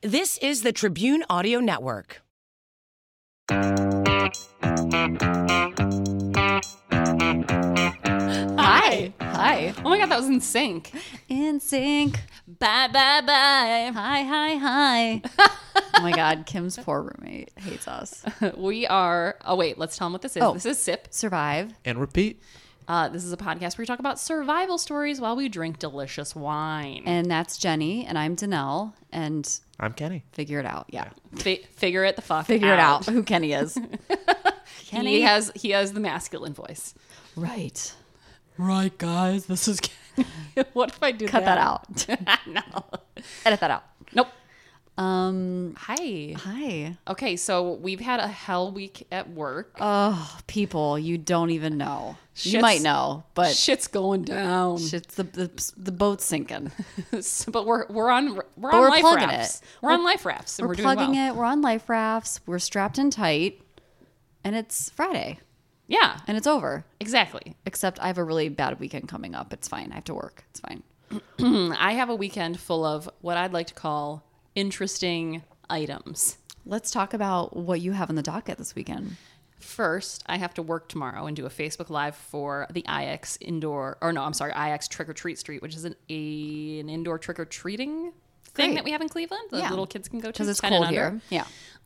This is the Tribune Audio Network. Hi. Hi. Oh my god, that was in sync. In sync. Bye bye bye. Hi, hi, hi. oh my God. Kim's poor roommate hates us. We are. Oh wait, let's tell them what this is. Oh. This is Sip. Survive. and repeat. Uh, this is a podcast where we talk about survival stories while we drink delicious wine. And that's Jenny, and I'm Danelle, and I'm Kenny. figure it out. Yeah. Fi- figure it the fuck. Figure it out who Kenny is. He has he has the masculine voice. Right. Right, guys. This is. what if I do Cut that out. that? no. Edit that out. Nope. Um, Hi. hi. Okay, so we've had a hell week at work. Oh, people, you don't even know. you Shit's- might know, but Shit's going down. shit's the, the, the boat's sinking. but we're we're on we're on we're life plugging rafts. it. We're, on life rafts and We're, we're, doing plugging well. it. We're on life rafts. We're strapped in tight, and it's Friday, Yeah, and it's over. exactly. Except I have a really bad weekend coming up. It's fine. I have to work. It's fine. I have a weekend full of what I'd like to call interesting items. Let's talk about what you have on the docket this weekend. First, I have to work tomorrow and do a Facebook Live for the IX indoor, or no, I'm sorry, IX Trick or Treat Street, which is an, a, an indoor trick or treating thing Great. that we have in Cleveland that Yeah. little kids can go to Because it's 10 and cold under. here. Yeah.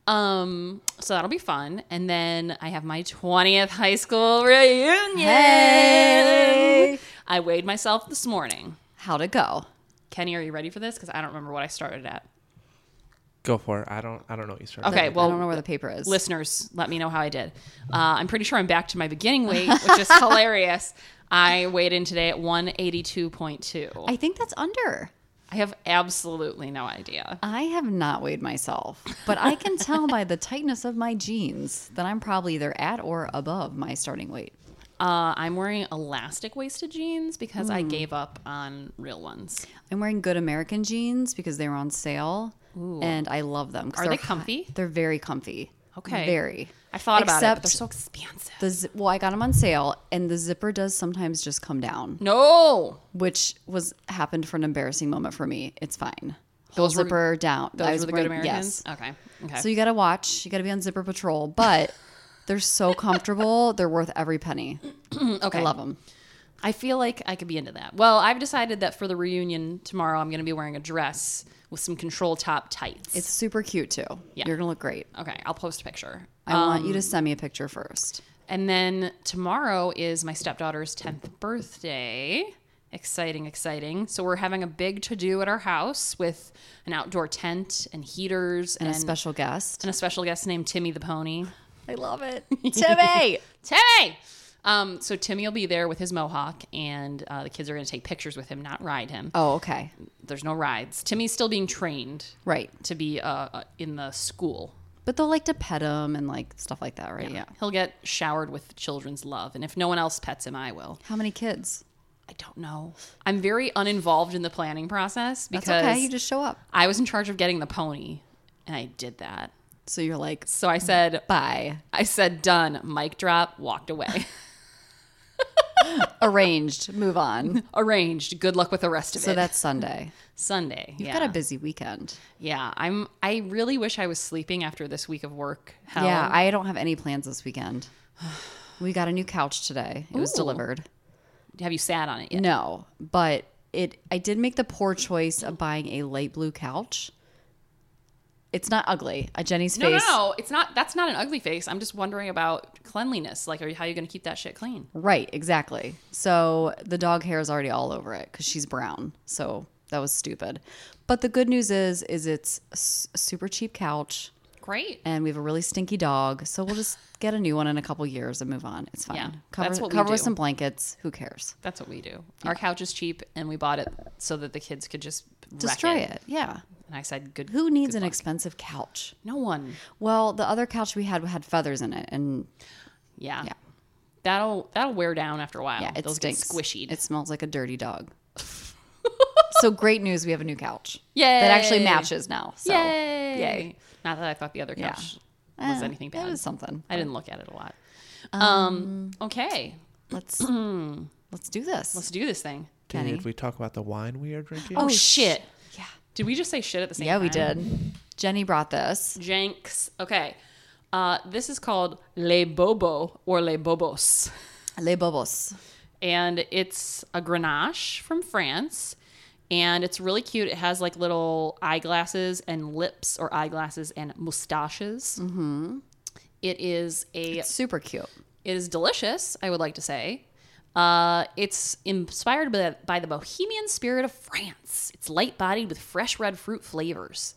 Um, so that'll be fun. And then I have my 20th high school reunion. Hey! I weighed myself this morning. How'd it go? Kenny, are you ready for this? Because I don't remember what I started at. Go for it. I don't. I don't know what you started. Okay, with. I well, don't know where the paper is. listeners, let me know how I did. Uh, I'm pretty sure I'm back to my beginning weight, which is hilarious. I weighed in today at 182.2. I, I think that's under. have absolutely no idea. I have not weighed myself, but I can tell by the tightness of my jeans that I'm probably either at or above my starting weight. Uh, I'm wearing elastic waisted jeans because Hmm. I gave up on real ones. I'm wearing good American jeans because they were on sale and I love them. 'cause Are they they're hot- comfy? They're very comfy. Okay. Very. I thought about it, but they're Except so expansive. The zi- well, I got them on sale and the zipper does sometimes just come down, No, which was happened for an embarrassing moment for me. It's fine. Those were- zipper down. those I were was the good wearing- Americans. Yes. Okay. Okay. So you got to watch. You got to be on zipper patrol, but they're so comfortable. they're worth every penny. okay. I love them. I feel like I could be into that. Well, I've decided that for the reunion tomorrow, I'm going to be wearing a dress with some control top tights. It's super cute too. Yeah. Um, You're gonna look great. okay. I'll post a picture. I want you to send me a picture first. And then tomorrow is my stepdaughter's 10th birthday. Exciting, exciting. So we're having a big to do at our house with an outdoor tent and heaters and, And, a special guest. and a special guest named Timmy the Pony. I love it. Timmy. Timmy! Um, so Timmy will be there with his mohawk, and uh, the kids are going to take pictures with him, not ride him. oh, okay. There's no rides. Timmy's still being trained Right. to be uh, uh, in the school. But they'll like to pet him and like stuff like that, right? Yeah. He'll get showered with children's love, and if no one else pets him, I will. How many kids? I don't know. I'm very uninvolved in the planning process That's because okay. You just show up. I was in charge of getting the pony, and I did that. So you're like, So I said, bye. I said, done. Mic drop. Walked away. Arranged. Move on. Arranged. Good luck with the rest of So it. that's Sunday. Sunday. You've yeah. got a busy weekend. Yeah, I'm. I really wish I was sleeping after this week of work. Hell. Yeah. I don't have any plans this weekend. We got a new couch today. It was Ooh. delivered. have you sat on it? Yet? No, but it. I did make the poor choice of buying a light blue couch. It's not ugly. A Jenny's No, no, face. no. It's not. That's not an ugly face. I'm just wondering about cleanliness. Like, are you, how are you going to keep that shit clean? Right, exactly. So the dog hair is already all over it because she's brown. So that was stupid. But the good news is, is it's a s- super cheap couch, Great. and we have a really stinky dog. So we'll just get a new one in a couple years and move on. It's fine. Yeah, cover that's what we cover with do. some blankets. Who cares? That's what we do. Our couch is cheap, and we bought it so that the kids could just wreck Destroy it. Yeah. And I said, "Good." Who needs good an luck. expensive couch? No one. Well, the other couch we had had feathers in it, and Yeah. Yeah. That'll that'll wear down after a while. yeah, it Oh, Those stinks. get squishied. It smells like a dirty dog. so great news! We have a new couch. Yay. that actually matches now. So. eh, Yay! Yay. Not that I thought the other couch was Eh, anything bad. It was something. I didn't look at it a lot. Um, okay, Let's let's do this. let's do this thing. Did Kenny. we talk about the wine we are drinking? Oh, shit. Yeah. Did we just say shit at the same yeah, time? we did. Jenny brought this. Jenks. Okay. Uh, this is called Le Bobo or Le Bobos. Le Bobos. and it's a Grenache from France. And it's really cute. It has like little eyeglasses and lips, or eyeglasses and mustaches. Mm-hmm. is a. Super cute. it is delicious. I would like to say. Uh, it's inspired by the, by the bohemian spirit of France. It's light bodied with fresh red fruit flavors.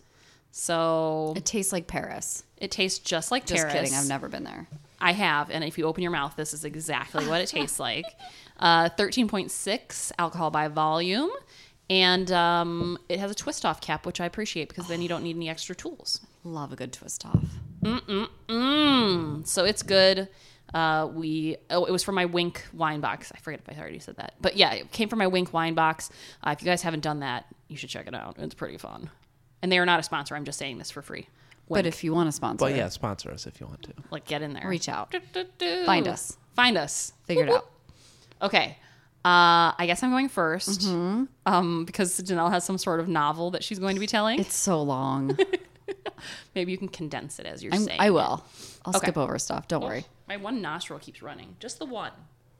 So It tastes like Paris. it tastes just like Just terrace. kidding. I've never been there. I have, and if you open your mouth, this is exactly what it tastes like. Uh, 13.6 alcohol by volume, and um, it has a twist off cap, which I appreciate because then you don't need any extra tools. Love a good twist off. Mm, so it's good. Uh, we oh, it was from my Wink wine box. I forget if I already said that, but yeah, it came from my Wink wine box. Uh, if you guys haven't done that, you should check it out. It's pretty fun, and they are not a sponsor. I'm just saying this for free. But if you want to sponsor, But it, yeah, sponsor us if you want to. Like get in there, reach out, Do-do-do. Find us. find us, figure it out. Mm-hmm. Okay. Uh, I guess I'm going 1st um, because Janelle has some sort of novel that she's going to be telling. It's so long. Maybe you can condense it as you're I'm, saying. I will. I'll skip over stuff. Don't worry. My one nostril keeps running. Just the one.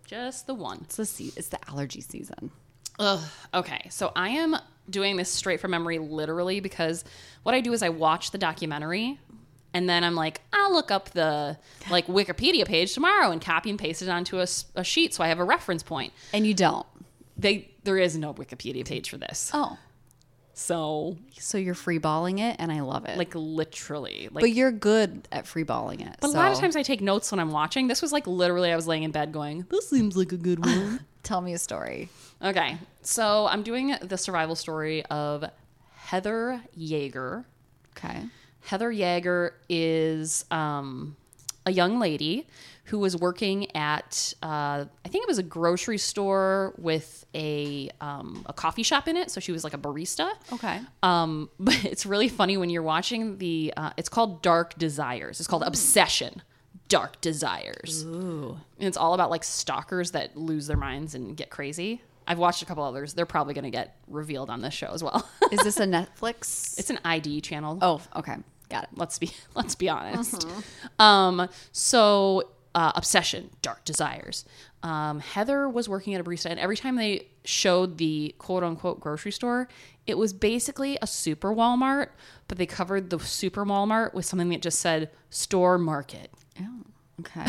Just the one. It's the se- it's the allergy season. Ugh. Okay, so I am doing this straight from memory, literally, because what I do is I watch the documentary, and then I'm like, I'll look up the like Wikipedia page tomorrow and copy and paste it onto a, s- a sheet so I have a reference point. And you don't. They there is no Wikipedia page for this, Oh. so So you're free balling it, and I love it. like literally, like but you're good at free balling it. But a lot of times I take notes when I'm watching. This was like literally I was laying in bed going, this seems like a good one. tell me a story. okay. So I'm doing the survival story of Heather Yeager. Okay. Heather Yeager is um, a young lady who was working at, uh, I think it was a grocery store with a, um, a coffee shop in it. So she was like a barista. Okay. Um, but it's really funny when you're watching the. Uh, it's called Dark Desires. It's called Obsession. Dark Desires. Hmm. Ooh. And it's all about like stalkers that lose their minds and get crazy. I've watched a couple others. They're probably going to get revealed on this show as well. Is this a Netflix? it's an ID channel oh, okay. Got it. let's be let's be honest. Mm-hmm. Um, so uh, obsession, dark desires. Um, Heather was working at a barista, and every time they showed the quote unquote grocery store, it was basically a super Walmart, but they covered the super Walmart with something that just said store market. Okay.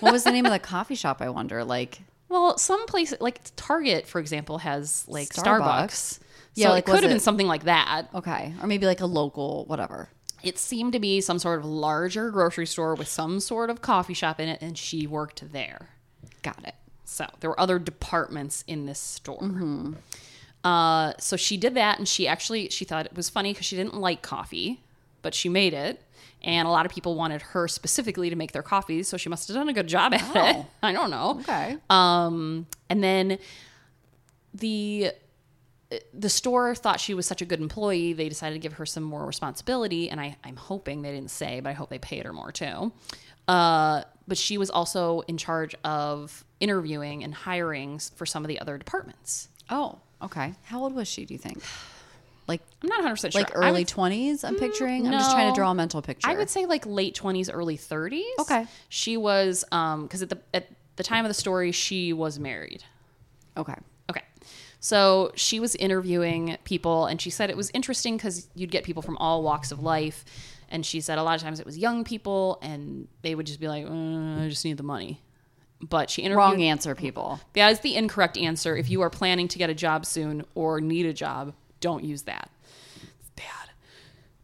what was the name of the coffee shop? I wonder. Like, Well, some places like Target, for example, has like Starbucks. Starbucks. Yeah, so like, it was could have been it- something like that. okay, or maybe like a local whatever. it seemed to be some sort of larger grocery store with some sort of coffee shop in it, and she worked there. Got it. So there were other departments in this store. Uh, so she did that, and she actually she thought it was funny because she didn't like coffee, but she made it, and a lot of people wanted her specifically to make their coffees. So she must have done a good job at it. I don't know. Okay. And then the the store thought she was such a good employee, they decided to give her some more responsibility. And I, I'm hoping they didn't say, but I hope they paid her more too. Uh, but she was also in charge of interviewing and hiring for some of the other departments. oh, okay. How old was she? Do you think? Like, I'm not 100% sure. like I early would, twenties? I'm picturing. I'm just trying to no. draw a mental picture. I would say like late 20s, early 30s. Okay. She was, because at, the, at the time of the story, she was married. Okay. Okay. So she was interviewing people, and she said it was interesting because you'd get people from all walks of life. And she said a lot of times it was young people, and they would just be like, uh, I just need the money. But she interviewed. Wrong answer, people. That is the incorrect answer. If you are planning to get a job soon or need a job, don't use that. It's bad.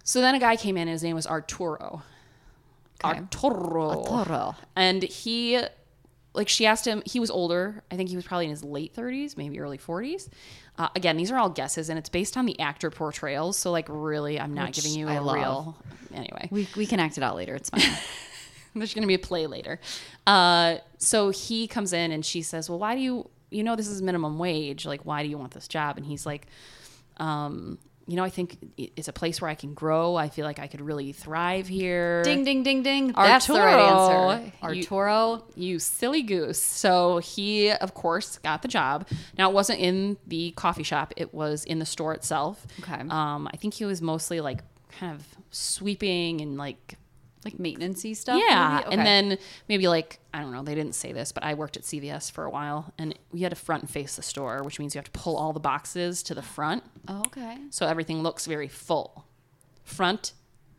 So then a guy came in, and his name was Arturo. Arturo. Toro. And he, like, she asked him, he was older. I think he was probably in his late 30s, maybe early 40s. Uh, again, these are all guesses, and it's based on the actor portrayals. So, like, really, I'm not giving you a I love. real. Anyway, We we can act it out later. It's fine. there's going to be a play later. Uh, so he comes in and she says, Well, why do you, you know, this is minimum wage. Like, why do you want this job? And he's like, um, You know, I think it- it's a place where I can grow. I feel like I could really thrive here. ding ding ding ding. That's the right answer. Arturo. You- Arturo. you silly goose. So he, of course, got the job. Now, it wasn't in the coffee shop, it was in the store itself. Okay. Um, I think he was mostly like kind of sweeping and like like maintenancey stuff. yeah, maybe? Okay. and then maybe like I don't know. They didn't say this, but I worked at CVS for a while, and we had to front and face the store, which means you have to pull all the boxes to the front, oh, okay. so everything looks very full, front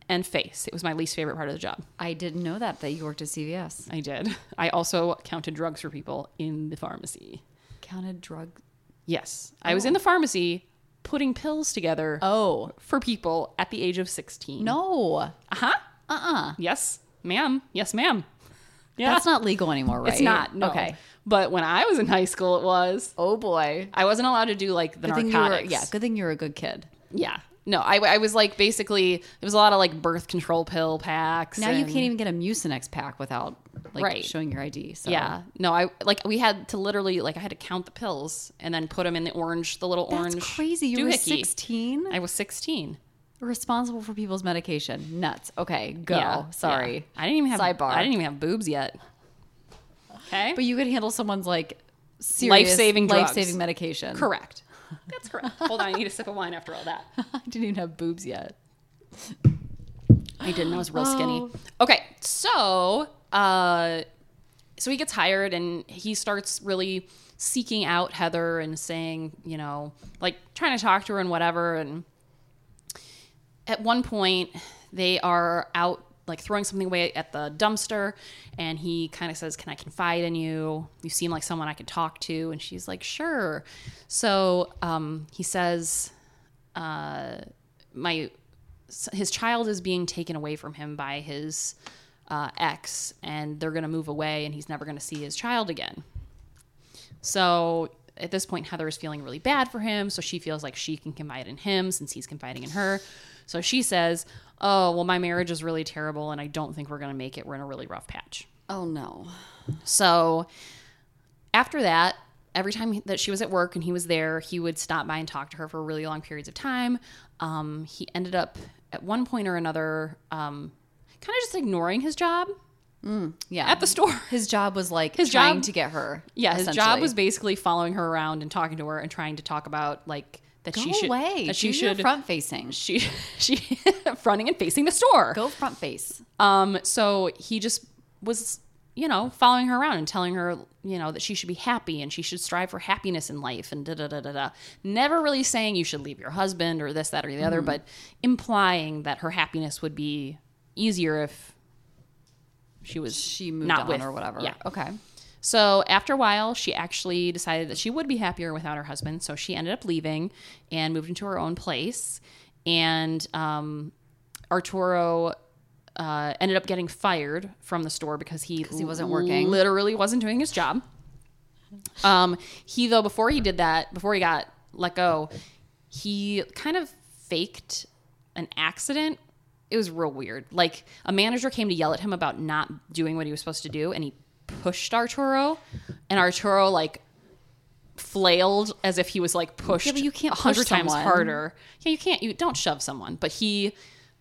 and face. It was my least favorite part of the job. I didn't know that that you worked at CVS. I did. I also counted drugs for people in the pharmacy. Counted drug. Yes, I was in the pharmacy putting pills together Oh for people at the age of sixteen. no, uh Uh-huh. uh Yes, ma'am. Yes, ma'am. Yeah. That's not legal anymore, right? It's not. No. Okay. But when I was in high school, it was. Oh boy. I wasn't allowed to do like the Good thing you were, narcotics. yeah. Good thing you're a good kid. Yeah. No, I, I was like basically it was a lot of like birth control pill packs. Now you and- can't even get a Mucinex pack without like Right. showing your ID. So Yeah. No, I like we had to literally like I had to count the pills and then put them in the orange, the little That's orange. crazy. You were doohickey. 16, I was sixteen. responsible for people's medication. Nuts. Okay, go. Yeah. Sorry. Yeah. I didn't even have Sidebar. I didn't even have boobs yet. Okay. But you could handle someone's like serious Life-saving drugs. life-saving medication. correct. That's correct. Hold on, I need a sip of wine after all that. I didn't even have boobs yet. I didn't. I was real skinny. Okay, so uh, so he gets hired and he starts really seeking out Heather and saying, you know, like trying to talk to her and whatever. And at one point, they are out like throwing something away at the dumpster, and he kind of says, "Can I confide in you? You seem like someone I could talk to." And she's like, "Sure." So um, he says uh, my his child is being taken away from him by his uh, ex, and they're going to move away, and he's never going to see his child again. So at this point, Heather is feeling really bad for him, so she feels like she can confide in him since he's confiding in her. So she says, "Oh, well, my marriage is really terrible, and I don't think we're going to make it. We're in a really rough patch." Oh no. So after that, every time that she was at work and he was there, he would stop by and talk to her for really long periods of time. Um, he ended up at one point or another um, kind of just ignoring his job Yeah. at the store. his job was like His trying job- to get her. Yeah, his job essentially. was basically following her around and talking to her and trying to talk about like that Go she should away. that she Do your should front facing. she she fronting and facing the store. Go front face. Um, so he just was, you know, following her around and telling her, you know, that she should be happy and she should strive for happiness in life and da da da da da. Never really saying you should leave your husband or this, that, or the other, but implying that her happiness would be easier if she was She moved not on with, or whatever. Yeah. Okay. So after a while, she actually decided that she would be happier without her husband. So she ended up leaving and moved into her own place. And um, Arturo uh, ended up getting fired from the store because he he wasn't working. Literally wasn't doing his job. Um, he though before he did that, before he got let go, he kind of faked an accident. It was real weird. Like a manager came to yell at him about not doing what he was supposed to do, and he pushed Arturo, and Arturo like flailed as if he was like pushed. but you can't a hundred push times someone. harder. Yeah, you can't. You don't shove someone, but he.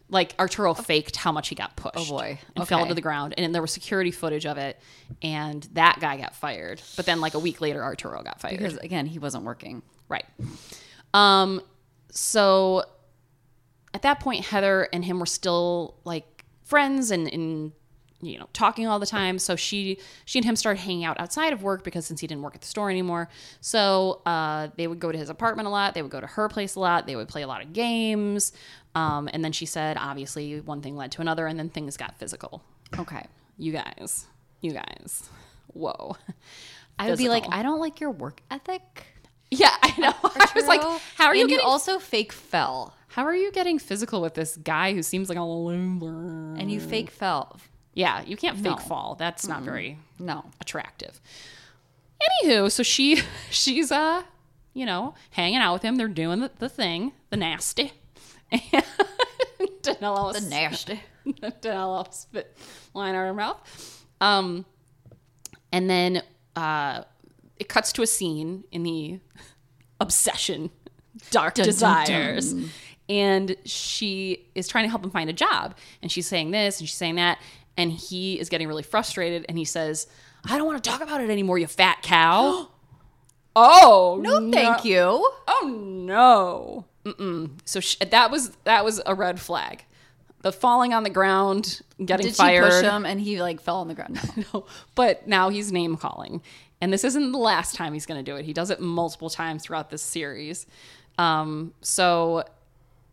Like Arturo faked how much he got pushed. Oh boy. And fell Okay. into the ground. And there was security footage of it. And that guy got fired. But then like a week later Arturo got fired. Because again, he wasn't working. Right. Um, so at that point, Heather and him were still like friends and, and you know talking all the time. So she she and him started hanging out outside of work because since he didn't work at the store anymore, so uh, they would go to his apartment a lot. They would go to her place a lot. They would play a lot of games. Um, and then she said, obviously, one thing led to another, and then things got physical. Okay. You guys, you guys, whoa. I would be like, Physical. I don't like your work ethic. Yeah, I know. I was like, Arturo. how are you And getting also fake fell. How are you getting physical with this guy who seems like a loser? And you fake Mm. fell. Yeah, you can't fake No. fall. That's not very No. attractive. Anywho, so she she's uh, you know, hanging out with him. They're doing the, the thing, the nasty. And Danilo was- Nasty. Danilo spit line out of her mouth. Um, and then uh, it cuts to a scene in the obsession, dark dun, desires. And she is trying to help him find a job. And she's saying this and she's saying that. And he is getting really frustrated. And he says, I don't want to talk about it anymore, you fat cow. oh, No, thank you. Oh, no. So sh that was that was a red flag. The falling on the ground, getting Did fired. she push him and he like fell on the ground? No. but now he's name calling. And this isn't the last time he's going to do it. He does it multiple times throughout this series. Um, so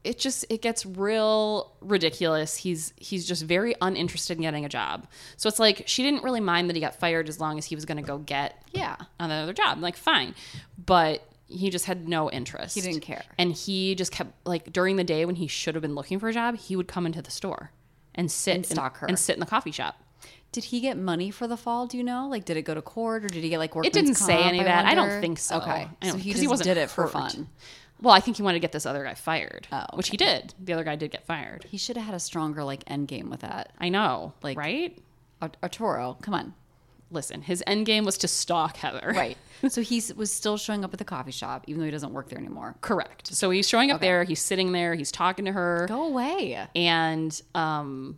it just it gets real ridiculous. He's he's just very uninterested in getting a job. So it's like she didn't really mind that he got fired as long as he was going to go get Yeah. another job. Like fine, but he just had no interest. He didn't care. and he just kept like during the day when he should have been looking for a job, he would come into the store and sit and stalk her. and sit in the coffee shop. Did he get money for the fall? Do you know? Like, did it go to court or did he get like work? It didn't say any of that. I don't think so. Okay, I don't, so he 'cause just wasn't did it for hurt. fun. Oh, Well, I think he wanted to get this other guy fired, which he did. The other guy did get fired. He should have had a stronger like end game with that. I know, Like- right? Ar- Arturo, come on, Listen, his end game was to stalk Heather. right? so he s- was still showing up at the coffee shop, even though he doesn't work there anymore. Correct. So he's showing up there. He's sitting there. He's talking to her. Go away. and um,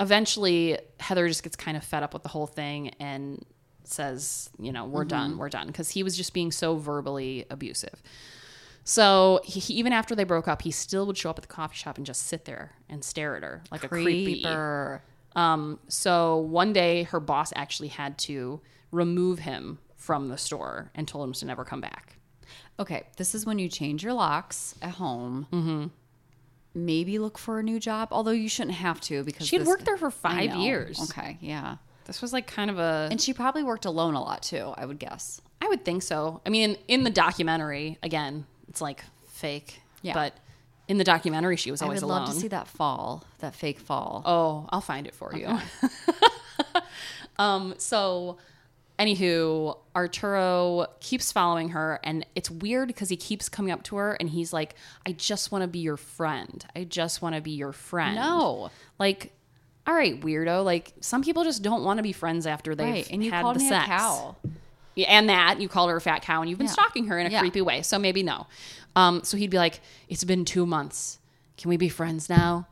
eventually Heather just gets kind of fed up with the whole thing and says, you know, we're done, we're done, because he was just being so verbally abusive. So he, he- even after they broke up, he still would show up at the coffee shop and just sit there and stare at her like a creepy. Um, Creeper. So one day, her boss actually had to remove him from the store and told him to never come back. Okay, this is when you change your locks at home. Mm-hmm. Maybe look for a new job, although you shouldn't have to because She had this- worked there for I five know. years. Okay, yeah, This was like kind of a and she probably worked alone a lot too. I would guess. I would think so. I mean, in, in the documentary, again, it's like fake. Yeah. But in the documentary, she was I always would alone. love to see that fall, that fake fall. Oh, I'll find it for you. um, so, anywho, Arturo keeps following her, and it's weird because he keeps coming up to her and he's like, I just want to be your friend. I just want to be your friend. No. Like, all right, weirdo. Like, some people just don't want to be friends after they've Right, and you had called the me sex. a cow. Yeah, and that you called her a fat cow and you've been stalking her in a Yeah. creepy way so maybe no um, so he'd be like it's been two months can we be friends now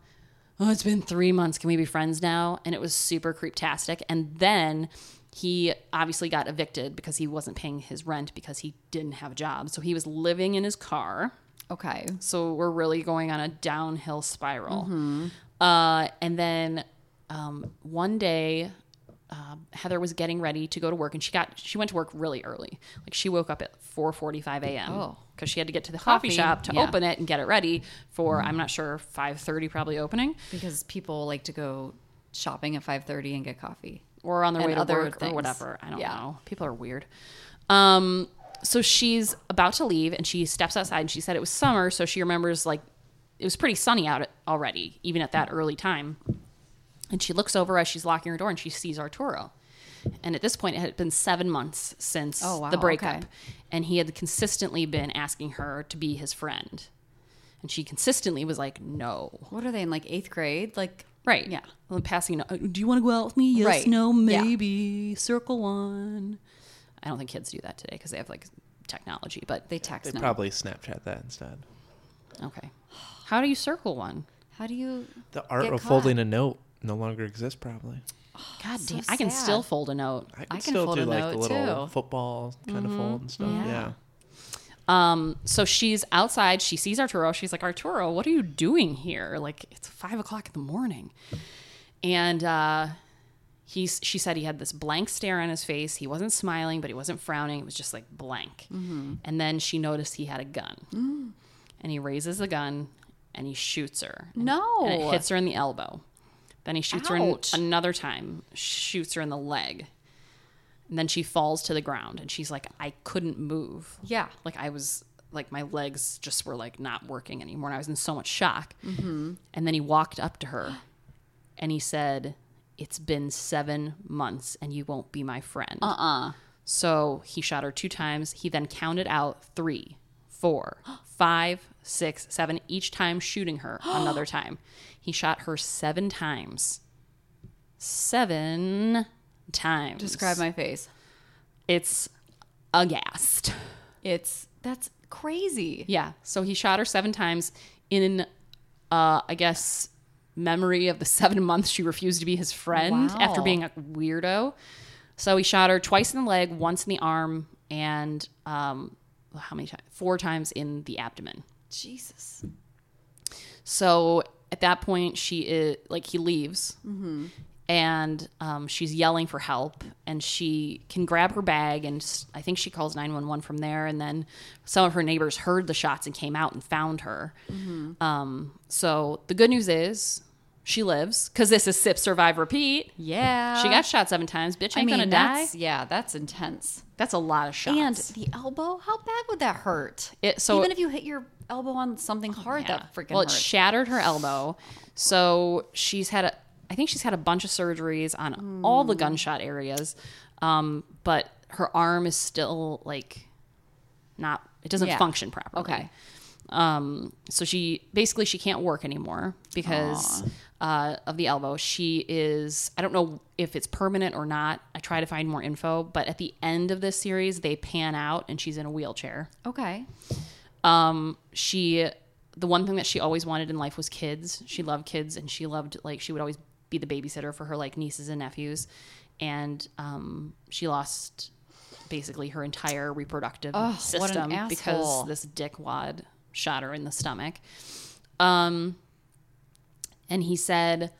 oh it's been three months can we be friends now and it was super creeptastic and then he obviously got evicted because he wasn't paying his rent because he didn't have a job so he was living in his car Okay. so we're really going on a downhill spiral. Mm-hmm. Uh, and then um, one day, um Heather was getting ready to go to work, and she got she went to work really early. Like she woke up at four forty five a.m. Oh. because she had to get to the coffee, Coffee, shop to yeah. Mm-hmm. open it and get it ready for I'm not sure five thirty probably opening Because people like to go shopping at 5:30 and get coffee. or on their And way to other work things. or whatever. I don't Yeah. know. People are weird. Um, so she's about to leave, and she steps outside, and she said it was summer, so she remembers like it was pretty sunny out already, even at that early time. And she looks over as she's locking her door, and she sees Arturo. And at this point, it had been seven months since Oh, wow, the breakup, okay. and he had consistently been asking her to be his friend, and she consistently was like, "No." What are they in like 8th grade? Like Right. Yeah. Well, Passing. a note, Do you want to go out with me? Yes. Right. No. Yeah. Maybe. Circle one. I don't think kids do that today because they have like technology. But they text They now. probably Snapchat that instead. okay. How do you circle one? How do you The art Get of caught. folding a note no longer exists, probably. God so damn! I can sad. still fold a note. I can can still fold do a like the note, little too. Mm-hmm. football kind of fold and stuff. Yeah. Yeah. Um. So she's outside. She sees Arturo. She's like, Arturo, what are you doing here? Like it's five o'clock in the morning, and uh, he's. She said he had this blank stare on his face. He wasn't smiling, but he wasn't frowning. It was just like blank. Mm-hmm. And then she noticed he had a gun. Mm. and he raises the gun and he shoots her. And- No. And it hits her in the elbow. Then he shoots her in Ouch. another time, shoots her in the leg. And then she falls to the ground and she's like, I couldn't move. Yeah. Like I was like my legs just were like not working anymore. And I was in so much shock. Mm-hmm. And then he walked up to her and he said, It's been seven months and you won't be my friend. Uh uh Uh-uh. So he shot her two times. He then counted out three, four, five, six, seven, each time shooting her another time. He shot her seven times. Seven times. describe my face? It's aghast. It's that's crazy. Yeah. So he shot her seven times in, uh, I guess, memory of the seven months she refused to be his friend Wow. after being a weirdo. So he shot her twice in the leg, once in the arm, and um, how many times? Four times in the abdomen. Jesus. So at that point, she is like he leaves, Mm-hmm. and um, she's yelling for help, and she can grab her bag, and s- I think she calls nine one one from there, and then some of her neighbors heard the shots and came out and found her. Mm-hmm. Um, so the good news is she lives because this is sip, survive, repeat. Yeah. She got shot seven times. Bitch ain't Uh, I mean, gonna die. that's, yeah, that's intense. That's a lot of shots. And the elbow, how bad would that hurt? It- so- even if you hit your elbow on something hard, that freaking well, it hurts. shattered her elbow. So she's had a, I think she's had a bunch of surgeries on all Hmm. the gunshot areas, um, but her arm is still like not. It doesn't Yeah. Oh. function properly. Okay. Um, so she basically she can't work anymore because uh, of the elbow. She is I don't know if it's permanent or not. I try to find more info, but at the end of this series, they pan out and she's in a wheelchair okay. she the one thing that she always wanted in life was kids. She loved kids and she loved like she would always be the babysitter for her like nieces and nephews. And um, she lost basically her entire reproductive Ugh, what an system asshole. because this dickwad shot her in the stomach. Um, and he said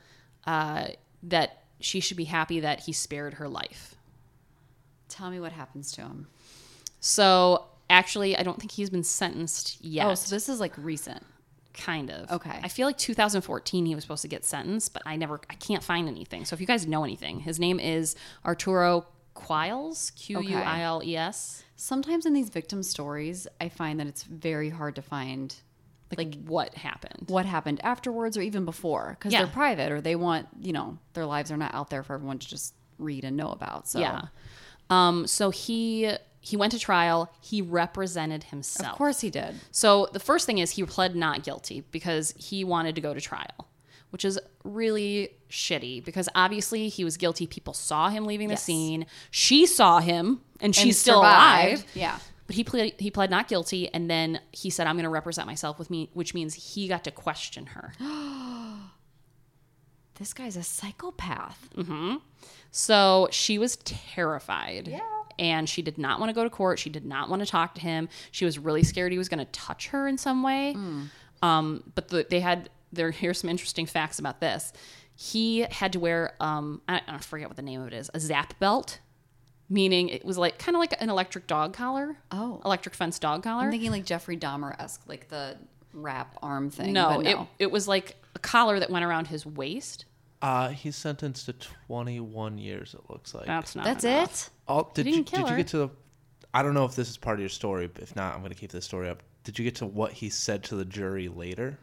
uh, that she should be happy that he spared her life. Tell me what happens to him. So actually, I don't think he's been sentenced yet. Oh, so this is like recent. kind of Okay. i feel like 2014 he was supposed to get sentenced but i never i can't find anything so if you guys know anything his name is arturo quiles q-u-i-l-e-s Sometimes in these victim stories, I find that it's very hard to find like, what happened what happened afterwards or even before because Yeah. they're private or they want, you know, their lives are not out there for everyone to just read and know about. So, yeah um so he he went to trial he represented himself of course he did. So the first thing is he pled not guilty because he wanted to go to trial, which is really shitty because obviously he was guilty. People saw him leaving the Yes. scene. She saw him and she's And still survived. alive. Yeah. But he pled he pled not guilty and then he said I'm going to represent myself with me, which means he got to question her. This guy's a psychopath. So she was terrified. And she did not want to go to court. She did not want to talk to him. She was really scared he was going to touch her in some way. Um, but the, they had there. Here's some interesting facts about this. He had to wear um, I, I forget what the name of it is a zap belt, meaning it was like kind of like an electric dog collar. Oh. electric fence dog collar. I'm thinking like Jeffrey Dahmer esque, like the wrap arm thing. no, but it it was like a collar that went around his waist. Uh, he's sentenced to 21 years. It looks like. That's not that's enough. it. Oh, did you didn't kill did you her. get to the? I don't know if this is part of your story, but if not, I'm gonna keep this story up. Did you get to what he said to the jury later?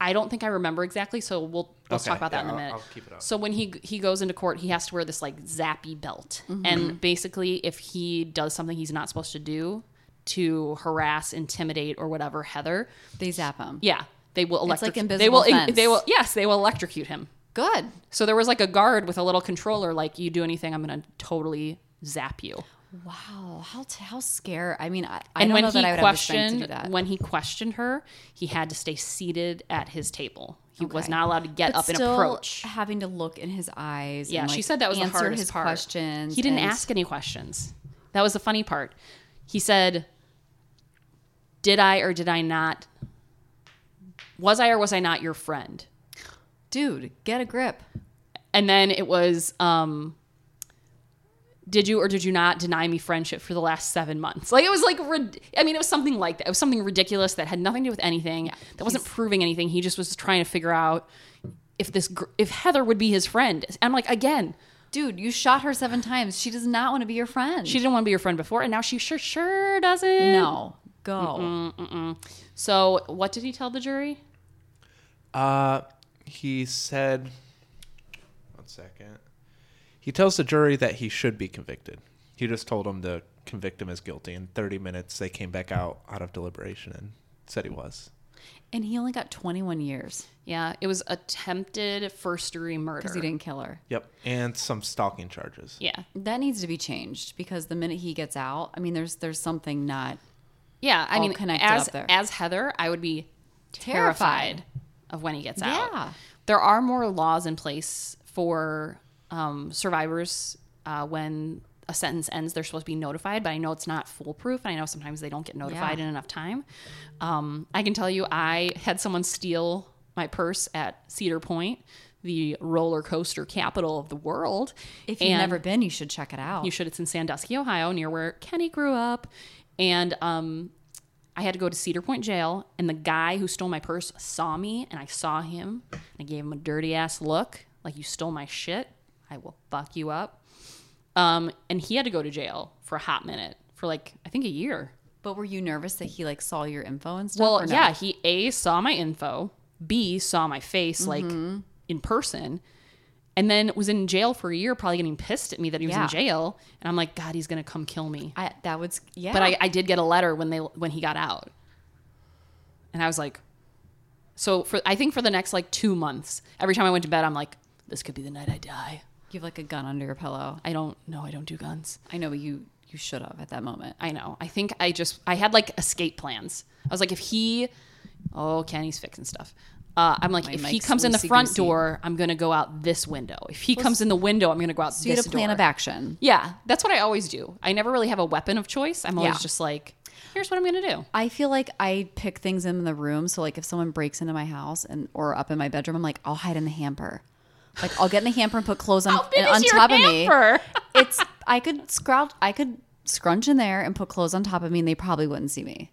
I don't think I remember exactly, so we'll let's Okay, talk about that yeah, in a I'll- minute. I'll keep it up. So when he he goes into court, he has to wear this like zappy belt, Mm-hmm. and basically, if he does something he's not supposed to do to harass, intimidate, or whatever Heather, They zap him. yeah, they will It's like electrocute. they invisible will fence. they will yes, they will electrocute him. Good. So there was like a guard with a little controller, like you do anything, I'm gonna totally zap you. Wow. How t- how scare. I mean, I, I And don't when know he that I would have the strength to do questioned that. when he questioned her, he had to stay seated at his table. He was not allowed to get But up and still approach. having to look in his eyes. Yeah, and, she like, said that was the answer hardest his part. questions. He didn't and- ask any questions. That was the funny part. He said, "Did I or did I not? Was I or was I not your friend?" Dude, get a grip. And then it was, um, "Did you or did you not deny me friendship for the last seven months?" Like it was like, rid- I mean, it was something like that. It was something ridiculous that had nothing to do with anything. that wasn't proving anything. He just was trying to figure out if this gr- if Heather would be his friend. And I'm like, again, Dude, you shot her seven times. She does not want to be your friend. she didn't want to be your friend before, and now she sure sure doesn't. no. Go. So, what did he tell the jury? Uh, he said. One second. He tells the jury that he should be convicted. He just told them to convict him as guilty. In 30 minutes, they came back out out of deliberation and said he was. And he only got 21 years Yeah, it was attempted first degree murder. because he didn't kill her. Yep, and some stalking charges. Yeah, That needs to be changed because the minute he gets out, I mean, there's there's something not yeah. I All mean, connected as up there. as Heather, I would be terrified, of when he gets out. Yeah. there are more laws in place for um, survivors uh, when a sentence ends, they're supposed to be notified, but I know it's not foolproof. And I know sometimes they don't get notified Yeah. in enough time. Um, I can tell you, I had someone steal my purse at Cedar Point, the roller coaster capital of the world. If you've And- never been, you should check it out. you should. It's in Sandusky, Ohio, near where Kenny grew up. And um, I had to go to Cedar Point Jail, and the guy who stole my purse saw me, and I saw him, and I gave him a dirty ass look, like you stole my shit. I will fuck you up. Um, and he had to go to jail for a hot minute, for like I think a year. But were you nervous that he like saw your info and stuff? Well, or no? yeah, he A saw my info, B saw my face Mm-hmm. like in person, and then was in jail for a year, probably getting pissed at me that he was Yeah. in jail. And I'm like, God, he's gonna come kill me. I, that would s- yeah. But I, I did get a letter when they when he got out, and I was like, so for I think for the next like two months, every time I went to bed, I'm like, this could be the night I die. you have like a gun under your pillow. I don't know. I don't do guns. I know, but you you should have at that moment. I know. I think I just I had like escape plans. I was like, if he, oh, Kenny's fixing stuff. Uh, I'm like, if he mic's comes in the front loosey-goosey. door, I'm gonna go out this window. If he comes in the window, I'm gonna go out So you this had a plan door. of action. Yeah, that's what I always do. I never really have a weapon of choice. I'm always Yeah. just like, here's what I'm gonna do. I feel like I pick things in the room. So like if someone breaks into my house and or up in my bedroom, I'm like, I'll hide in the hamper. Like I'll get in the hamper and put clothes on, How big and on is your top hamper? of me. It's I could scrouch I could scrunch in there and put clothes on top of me and they probably wouldn't see me.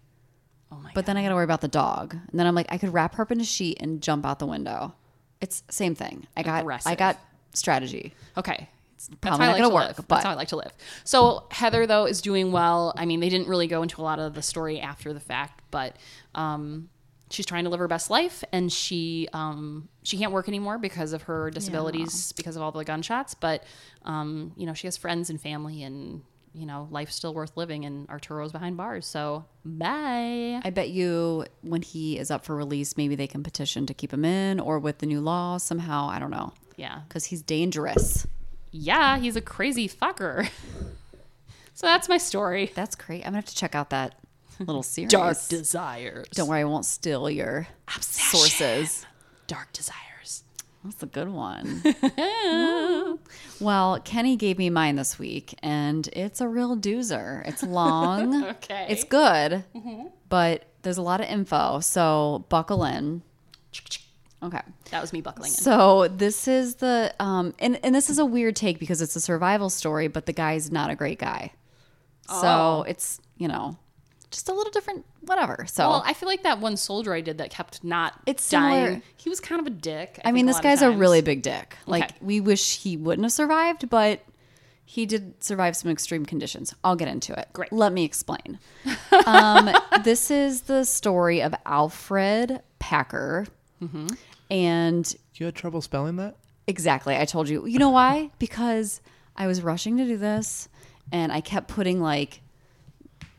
Oh my But then I gotta worry about the dog. And then I'm like, I could wrap her up in a sheet and jump out the window. It's same thing. I got I Aggressive. got strategy. Okay. probably not I gonna to work, live. but- That's how I like to live. So Heather though is doing well. I mean, they didn't really go into a lot of the story after the fact, but um, she's trying to live her best life, and she um, she can't work anymore because of her disabilities, because of all the gunshots. But um, you know, she has friends and family, and you know, life's still worth living. And Arturo's behind bars, so bye. I bet you when he is up for release, maybe they can petition to keep him in or with the new law somehow. I don't know. Yeah, Because he's dangerous. yeah, he's a crazy fucker. so that's my story. That's great. I'm gonna have to check out that little series. desires. Don't worry, I won't steal your sources. dark desires. That's a good one. well, Kenny gave me mine this week, and it's a real doozer. It's long. Okay. Mm-hmm. It's good, but there's a lot of info, so buckle in. Okay. That was me buckling in. So this is the um and, and this is a weird take because it's a survival story, but the guy's not a great guy. Oh. So it's, you know, just a little different whatever. So Well, I feel like that one soldier I did that kept not It's dying. similar. He was kind of a dick. I mean, think, this lot of guy's a times. really big dick. Like, Okay. we wish he wouldn't have survived, but he did survive some extreme conditions. I'll get into it. Great. Let me explain. um, this is the story of Alfred Packer. Mm-hmm. And You had trouble spelling that? exactly, I told you. You know why? Because I was rushing to do this and I kept putting like,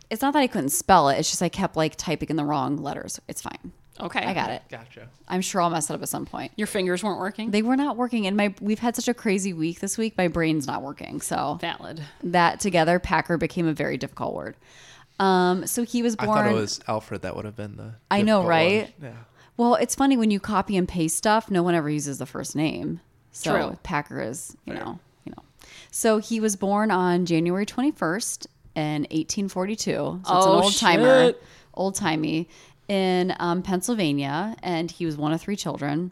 it's not that I couldn't spell it. It's just I kept like typing in the wrong letters. It's fine. Okay. I got it. Gotcha. I'm sure I'll mess it up at some point. Your fingers weren't working? They were not working, and my we've had such a crazy week this week. My brain's not working, so Valid. that together, Packer became a very difficult word. Um, so he was I born. thought it was Alfred that would have been the. I know, difficult one. right? Yeah. Well, it's funny when you copy and paste stuff, no one ever uses the first name. So True. Packer is, you know, you know. So he was born on January 21st in 1842. So it's an Oh, old timer, shit. old timey in um, Pennsylvania, and he was one of three children.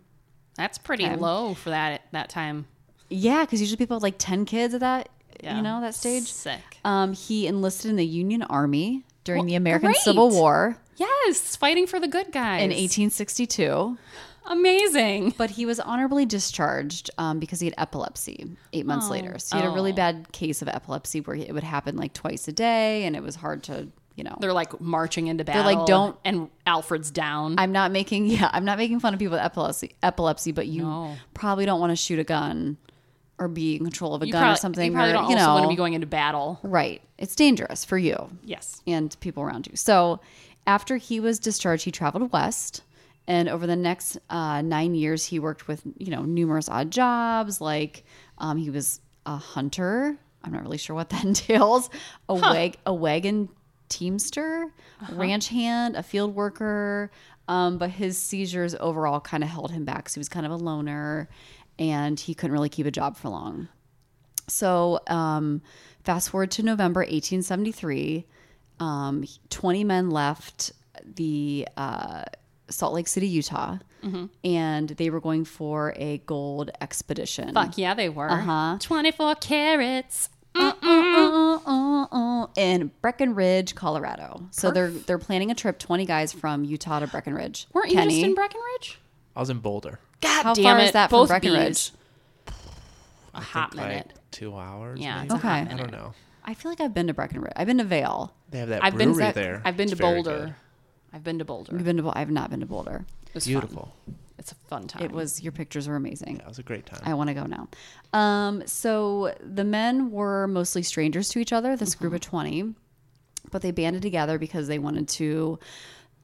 That's pretty low for that that time. Yeah, because usually people have like 10 kids at that, Yeah. you know, that stage. Sick. Um, he enlisted in the Union Army during the Well, American great. Civil War Yes, fighting for the good guys. in 1862, Amazing. but he was honorably discharged um, because he had epilepsy eight months Oh. later. So he had a really bad case of epilepsy where it would happen like twice a day and it was hard to, you know. They're like marching into battle. like, don't- And Alfred's down. I'm not making yeah, I'm not making fun of people with epilepsy epilepsy, but you No. probably don't want to shoot a gun or be in control of a you gun probably, or something. You probably or, don't you also know, want to be going into battle. right. It's dangerous for you. Yes. and people around you. So after he was discharged, he traveled west. And over the next uh, nine years, he worked with, you know, numerous odd jobs. Like um, he was a hunter. I'm not really sure what that entails. A, wag- a wagon teamster, ranch hand, a field worker. Um, but his seizures overall kind of held him back. So he was kind of a loner and he couldn't really keep a job for long. So, um, fast forward to November 1873. Um, 20 men left the uh, Salt Lake City, Utah, Mm-hmm. and they were going for a gold expedition. Fuck yeah, they were. Uh-huh. 24 carats. Uh, uh, uh, in Breckenridge, Colorado. So they're they're planning a trip. 20 guys from Utah to Breckenridge. Weren't you Kenny, just in Breckenridge? I was in Boulder. God How far is that from Breckenridge? A hot minute. Like two hours. Yeah, maybe? it's a hot Okay. I minute. don't know. I feel like I've been to Breckenridge. I've been to Vale. They have that I've been brewery to, there. I've been to It's very Boulder. good. I've been to Boulder. I've been to. Bo- I've not been to Boulder. It was Beautiful. Fun. It's a fun time. It was your pictures were amazing. That was a great time. I want to go now. Um, so the men were mostly strangers to each other, this Mm-hmm. group of 20, but they banded together because they wanted to,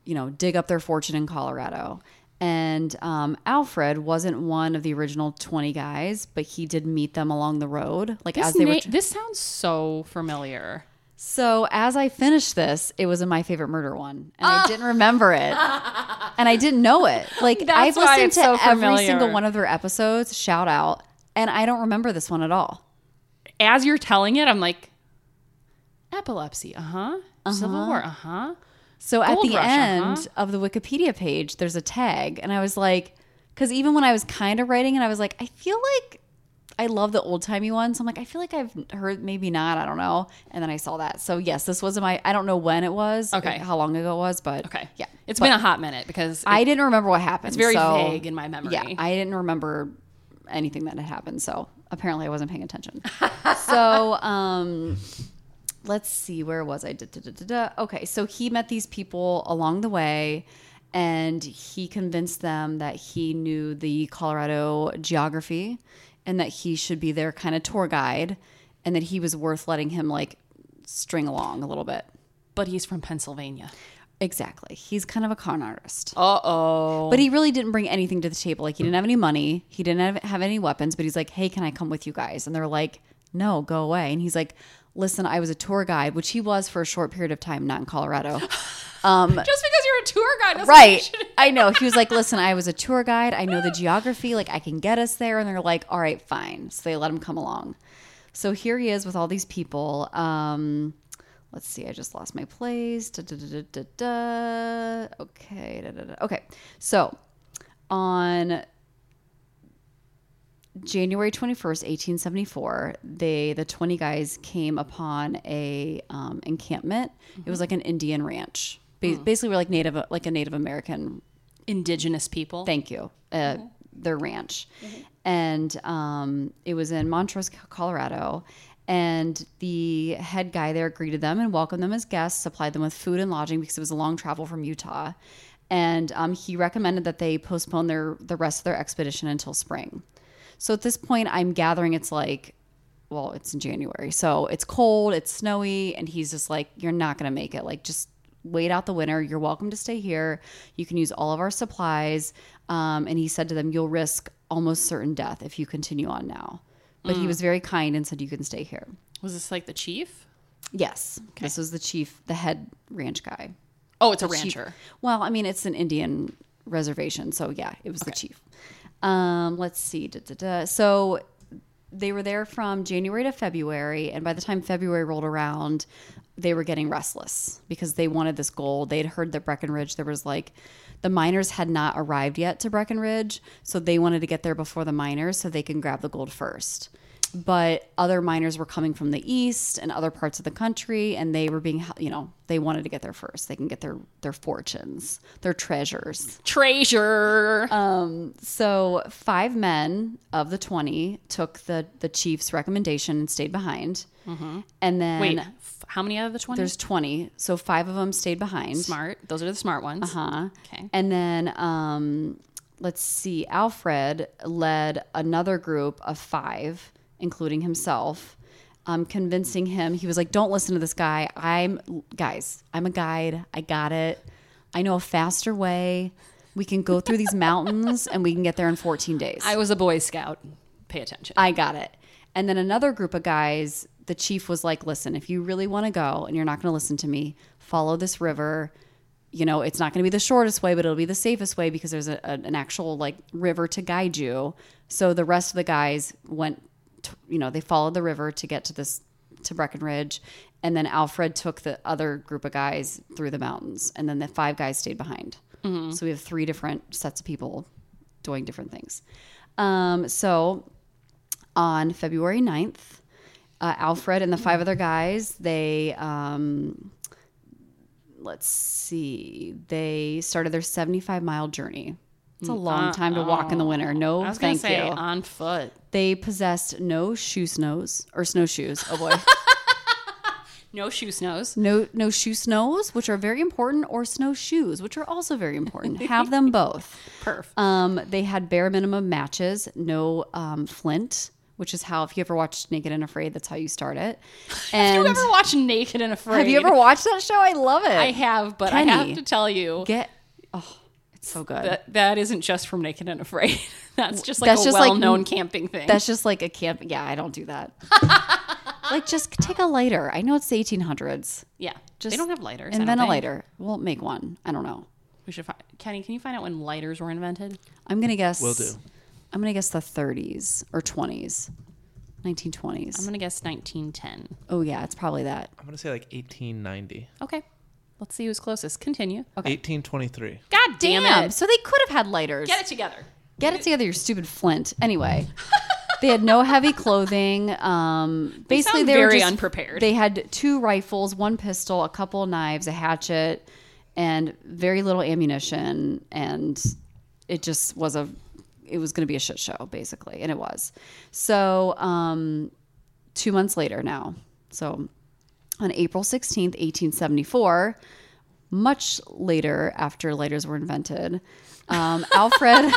you know, dig up their fortune in Colorado. And um, Alfred wasn't one of the original 20 guys, but he did meet them along the road. Like This, as they na- were. tr- this sounds so familiar. so as I finished this, it was in my favorite murder one, and Ah. I didn't remember it, and I didn't know it. Like I've That's why listened it's to so every familiar. single one of their episodes. Shout out, and I don't remember this one at all. As you're telling it, I'm like, epilepsy, uh huh. Uh-huh. Civil War, uh huh. So at Gold the rush, end uh-huh. of the Wikipedia page, there's a tag, and I was like, because even when I was kind of writing, and I was like, I feel like I love the old timey ones. I'm like, I feel like I've heard, maybe not, I don't know. And then I saw that. So yes, this was my. I don't know when it was, Okay. how long ago it was, but Okay. yeah, it's But been a hot minute because I didn't remember what happened. it's very so- vague in my memory. Yeah, I didn't remember anything that had happened, so apparently I wasn't paying attention. so, um, let's see, where was I? Da, da, da, da, da. Okay, so he met these people along the way, and he convinced them that he knew the Colorado geography, and that he should be their kind of tour guide, and that he was worth letting him like string along a little bit. but he's from Pennsylvania. Exactly, he's kind of a con artist. Uh oh. But he really didn't bring anything to the table. Like he didn't have any money. He didn't have, have any weapons. But he's like, "Hey, can I come with you guys?" And they're like, "No, go away." And he's like, "Listen, I was a tour guide, which he was for a short period of time, not in Colorado." Just because you're a tour guide, doesn't mean you right? should- I know. He was like, "Listen, I was a tour guide. I know the geography. Like I can get us there." And they're like, "All right, fine." So they let him come along. So here he is with all these people. Um, let's see, I just lost my place. Da, da, da, da, da, da. Okay, da, da, da. okay. So on January 21st, 1874, they the 20 guys came upon a um, encampment. It was like an Indian ranch. Ba- Basically, we're like native like a Native American Indigenous people. thank you uh, their ranch and um, it was in montrose C- colorado and the head guy there greeted them and welcomed them as guests supplied them with food and lodging because it was a long travel from utah and um, he recommended that they postpone their the rest of their expedition until spring so at this point i'm gathering it's like well it's in january so it's cold it's snowy and he's just like you're not going to make it like just wait out the winter. You're welcome to stay here. You can use all of our supplies. Um, and he said to them, You'll risk almost certain death if you continue on now. But he was very kind and said, You can stay here. Was this like the chief? Yes. This was the chief, the head ranch guy. Oh, it's a Chief- rancher. Well, I mean, it's an Indian reservation. So, yeah, it was the chief. Um, let's see. Da, da, da. So, they were there from January to February. And by the time February rolled around, they were getting restless because they wanted this gold. They'd heard that Breckenridge, there was like, the miners had not arrived yet to Breckenridge. So, they wanted to get there before the miners so they can grab the gold first. But other miners were coming from the east and other parts of the country, and they were being, hel- you know, they wanted to get there first. They can get their their fortunes, their treasures. Treasure. Um, So five men of the twenty took the the chief's recommendation and stayed behind, and Mm-hmm. then Wait, f- how many out of the 20? there's twenty, so five of them stayed behind. smart. Those are the smart ones. Uh-huh. Okay. And then um, let's see, Alfred led another group of five, including himself, um, convincing him. He was like, "Don't listen to this guy. I'm guys. I'm a guide. I got it. I know a faster way." We can go through these mountains and we can get there in 14 days. I was a Boy Scout. Pay attention. I got it. And then another group of guys, the chief was like, listen, if you really want to go and you're not going to listen to me, follow this river. You know, it's not going to be the shortest way, but it'll be the safest way because there's a, a- an actual like river to guide you. So the rest of the guys went t- you know, they followed the river to get to this to Breckenridge, and then Alfred took the other group of guys through the mountains, and then the five guys stayed behind. So we have three different sets of people doing different things. Um, so on February 9th, uh, Alfred and the five other guys, they um, let's see, they started their 75 mile journey. It's a long time to walk in the winter. No, I was going thank to say uh, you on foot. they possessed no shoe snows or snowshoes. Oh boy, No shoe snows. no no shoe snows, which are very important, or snowshoes, which are also very important. Have them both. Perf. Um, they had bare minimum matches, no um, flint, which is how if you ever watched Naked and Afraid, that's how you start it. And Have you ever watched Naked and Afraid? have you ever watched that show? I love it. I have, but I Kenny. have to tell you get. Oh, it's so good. that that isn't just from Naked and Afraid. That's just like That's a just like- well-known camping thing. That's just like a camp. Yeah, I don't do that. like, just take a lighter. I know it's the 1800s. yeah. Just they don't have lighters. I Invent don't a think. lighter. We'll make one. I don't know. We should find Kenny. Can you find out when lighters were invented? I'm gonna guess. Will do. I'm gonna guess the 30s or 20s, 1920s. I'm gonna guess 1910. oh yeah, it's probably that. I'm gonna say like 1890, Okay, let's see who's closest. Continue. 1823. God damn, it! So they could have had lighters. Get it together. Get it together, your stupid flint. Anyway, they had no heavy clothing. Um, basically, sound they were very just- unprepared. They had two rifles, one pistol, a couple of knives, a hatchet, and very little ammunition. And it just was a, it was going to be a shit show basically, and it was. So, um, two months later now, so on April sixteenth, eighteen seventy four. Much later, after lighters were invented, um, Alfred,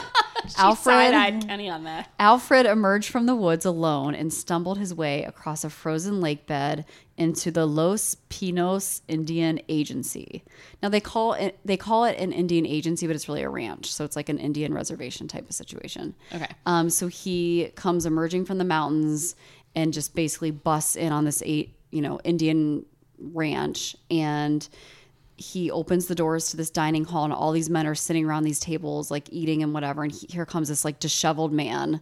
Alfred, Side-eyed Kenny on that. Alfred emerged from the woods alone and stumbled his way across a frozen lake bed into the Los Pinos Indian Agency. Now they call it they call it an Indian agency, but it's really a ranch, so it's like an Indian reservation type of situation. Okay. Um, so he comes emerging from the mountains and just basically busts in on this eight, you know, Indian ranch and he opens the doors to this dining hall and all these men are sitting around these tables like eating and whatever and he, here comes this like disheveled man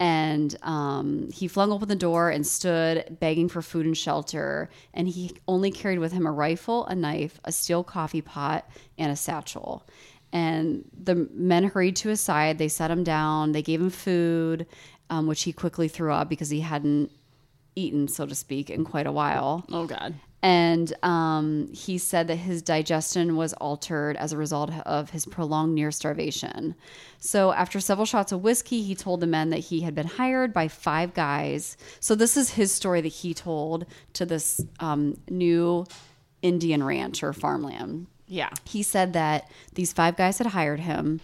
and um, he flung open the door and stood begging for food and shelter and he only carried with him a rifle a knife a steel coffee pot and a satchel and the men hurried to his side they set him down they gave him food um, which he quickly threw up because he hadn't eaten so to speak in quite a while Oh God. and um, he said that his digestion was altered as a result of his prolonged near starvation. So, after several shots of whiskey, he told the men that he had been hired by five guys. So, this is his story that he told to this um, new Indian ranch or farmland Yeah. he said that these five guys had hired him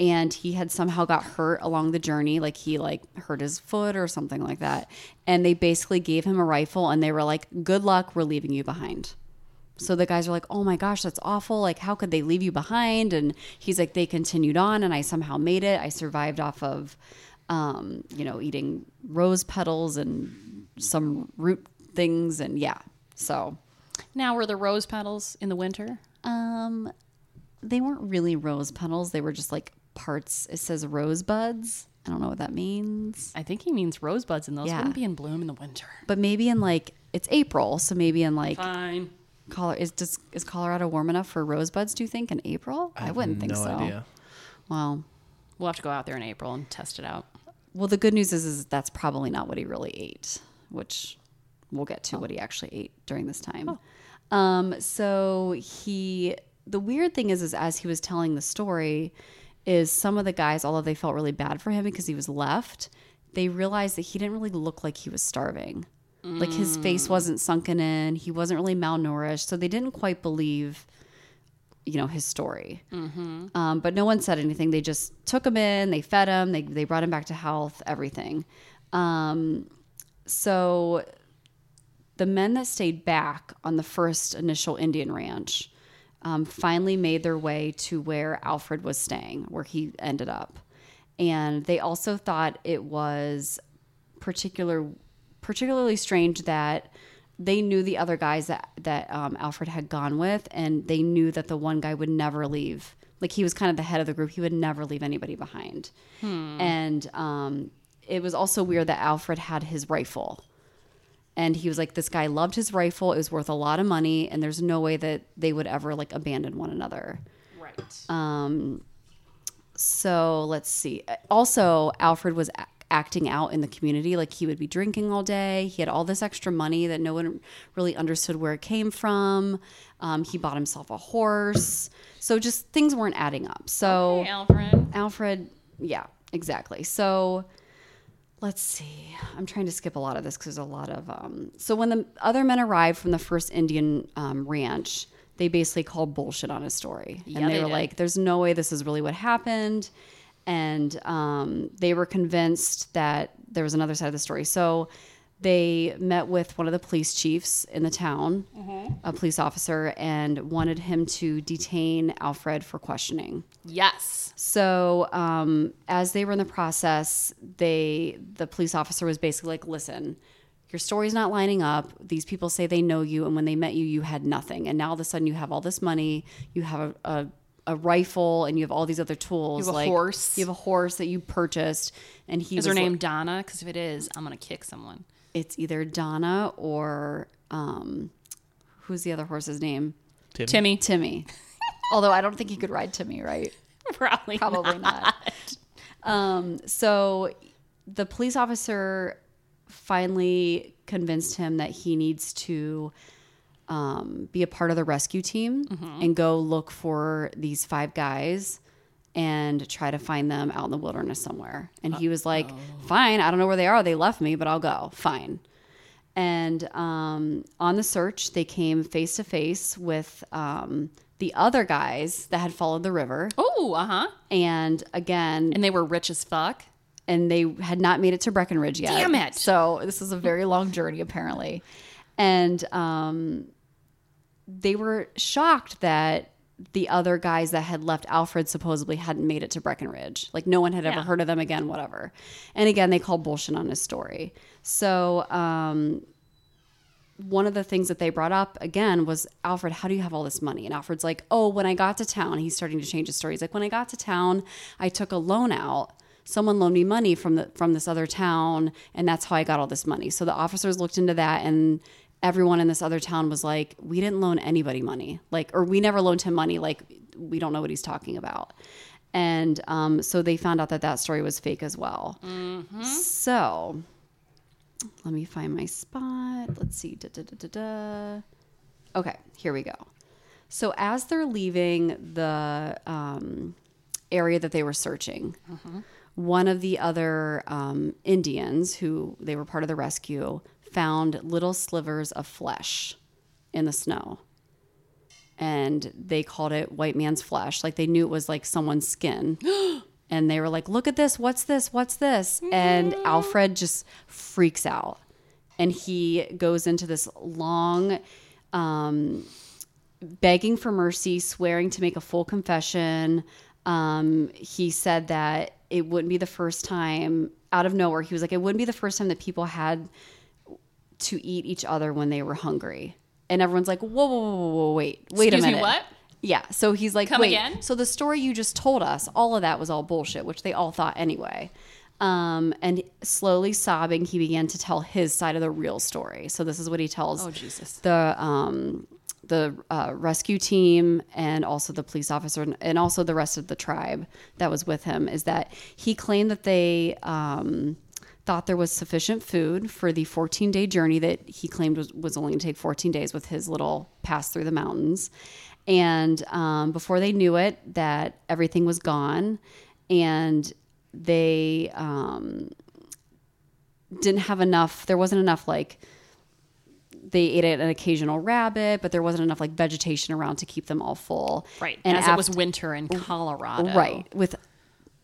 and he had somehow got hurt along the journey like he like hurt his foot or something like that and they basically gave him a rifle and they were like good luck we're leaving you behind so the guys were like oh my gosh that's awful like how could they leave you behind and he's like they continued on and i somehow made it i survived off of um, you know eating rose petals and some root things and yeah so Now were the rose petals in the winter? um, they weren't really rose petals. They were just like parts. It says rosebuds. I don't know what that means, I think he means rosebuds, and those Yeah. wouldn't be in bloom in the winter. but maybe in like it's April, so maybe in like Fine. Color is does, is Colorado warm enough for rosebuds? Do you think in April? I, wouldn't think no so. idea. Well, We'll have to go out there in April and test it out. well, the good news is is that's probably not what he really ate, which we'll get to what he actually ate during this time. Um, so he, the weird thing is, is as he was telling the story, is some of the guys, although they felt really bad for him because he was left, they realized that he didn't really look like he was starving. Like his face wasn't sunken in, he wasn't really malnourished, so they didn't quite believe, you know, his story. Um, but no one said anything. They just took him in, they fed him, they they brought him back to health, everything. Um, so the men that stayed back on the first initial Indian ranch um, finally made their way to where Alfred was staying, where he ended up. And they also thought it was particular, particularly strange that they knew the other guys that that um, Alfred had gone with, and they knew that the one guy would never leave. Like he was kind of the head of the group; he would never leave anybody behind. And um, it was also weird that Alfred had his rifle. And he was like, this guy loved his rifle. It was worth a lot of money. And there's no way that they would ever like abandon one another. Right. Um, So let's see. Also, Alfred was ac- acting out in the community. Like he would be drinking all day. He had all this extra money that no one really understood where it came from. Um, he bought himself a horse. So just things weren't adding up. So hey, Alfred. Alfred, yeah, exactly. So let's see. I'm trying to skip a lot of this because there's a lot of. Um, so when the other men arrived from the first Indian um, ranch, they basically called bullshit on his story, Yeah, and they, they were did. like, "There's no way this is really what happened," and um, they were convinced that there was another side of the story. So. They met with one of the police chiefs in the town, Mm-hmm. a police officer, and wanted him to detain Alfred for questioning. Yes. So um, as they were in the process, they the police officer was basically like, "Listen, your story's not lining up. These people say they know you, and when they met you, you had nothing, and now all of a sudden you have all this money, you have a, a, a rifle, and you have all these other tools. have a like, horse. You have a horse that you purchased, and he Is was her like- name Donna? Because if it is, I'm gonna kick someone. it's either Donna or um, who's the other horse's name? Timmy. Timmy. Although I don't think he could ride Timmy, right? Probably. probably not. Um, so the police officer finally convinced him that he needs to um, be a part of the rescue team and go look for these five guys and try to find them out in the wilderness somewhere. And he was like, "Fine, I don't know where they are. They left me, but I'll go. Fine." And um, on the search, they came face to face with um, the other guys that had followed the river Oh, uh huh. and again And they were rich as fuck. and they had not made it to breckenridge yet Damn it. so this is a very long journey apparently and um, they were shocked that the other guys that had left alfred supposedly hadn't made it to breckenridge like no one had ever Yeah. heard of them again whatever and again they called bullshit on his story so um, one of the things that they brought up again was Alfred, how do you have all this money? And Alfred's like, oh, when I got to town, he's starting to change his story. He's like, when I got to town, I took a loan out. Someone loaned me money from the from this other town, and that's how I got all this money. So the officers looked into that, and everyone in this other town was like, we didn't loan anybody money, like, or we never loaned him money. Like, we don't know what he's talking about. And um, so they found out that that story was fake as well. So let me find my spot. Let's see. Da, da, da, da, da. Okay, here we go. So as they're leaving the um, area that they were searching, one of the other um, Indians who they were part of the rescue found little slivers of flesh in the snow. And they called it white man's flesh. Like they knew it was like someone's skin. and they were like, look at this. What's this? What's this? And Alfred just freaks out. And he goes into this long begging for mercy, swearing to make a full confession. Um, he said that it wouldn't be the first time out of nowhere. He was like, it wouldn't be the first time that people had to eat each other when they were hungry. And everyone's like, whoa, whoa, whoa, whoa, whoa wait, wait Excuse a me, minute. what? Yeah. So he's like, Come wait. again? So the story you just told us, all of that was all bullshit, which they all thought anyway. Um, and slowly sobbing, he began to tell his side of the real story. So this is what he tells Oh, Jesus. the um, the uh, rescue team and also the police officer and- and also the rest of the tribe that was with him is that he claimed that they um, thought there was sufficient food for the 14 day journey that he claimed was, was only going to take 14 days with his little pass through the mountains and um, before they knew it that everything was gone and they um, didn't have enough there wasn't enough like they ate an occasional rabbit, but there wasn't enough like vegetation around to keep them all full. Right. And as it was aft- winter in Colorado. right with,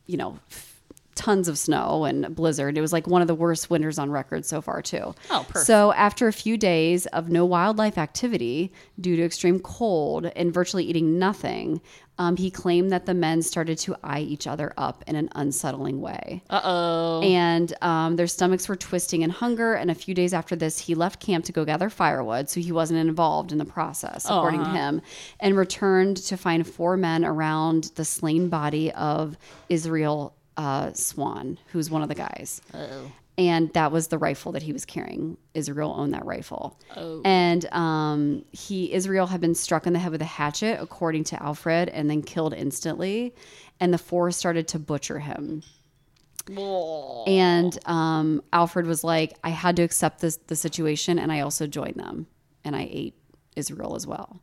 you know, f- tons of snow and a blizzard. It was like one of the worst winters on record so far, too. Oh, perfect. So after a few days of no wildlife activity due to extreme cold and virtually eating nothing, um, he claimed that the men started to eye each other up in an unsettling way and um, their stomachs were twisting in hunger. And a few days after this, he left camp to go gather firewood, so he wasn't involved in the process, according to him, and returned to find four men around the slain body of Israel uh, Swan, who's one of the guys. And that was the rifle that he was carrying. Israel owned that rifle. And um, he Israel had been struck in the head with a hatchet, according to Alfred, and then killed instantly. And the four started to butcher him. And um, Alfred was like, I had to accept this the situation, and I also joined them, and I ate Israel as well.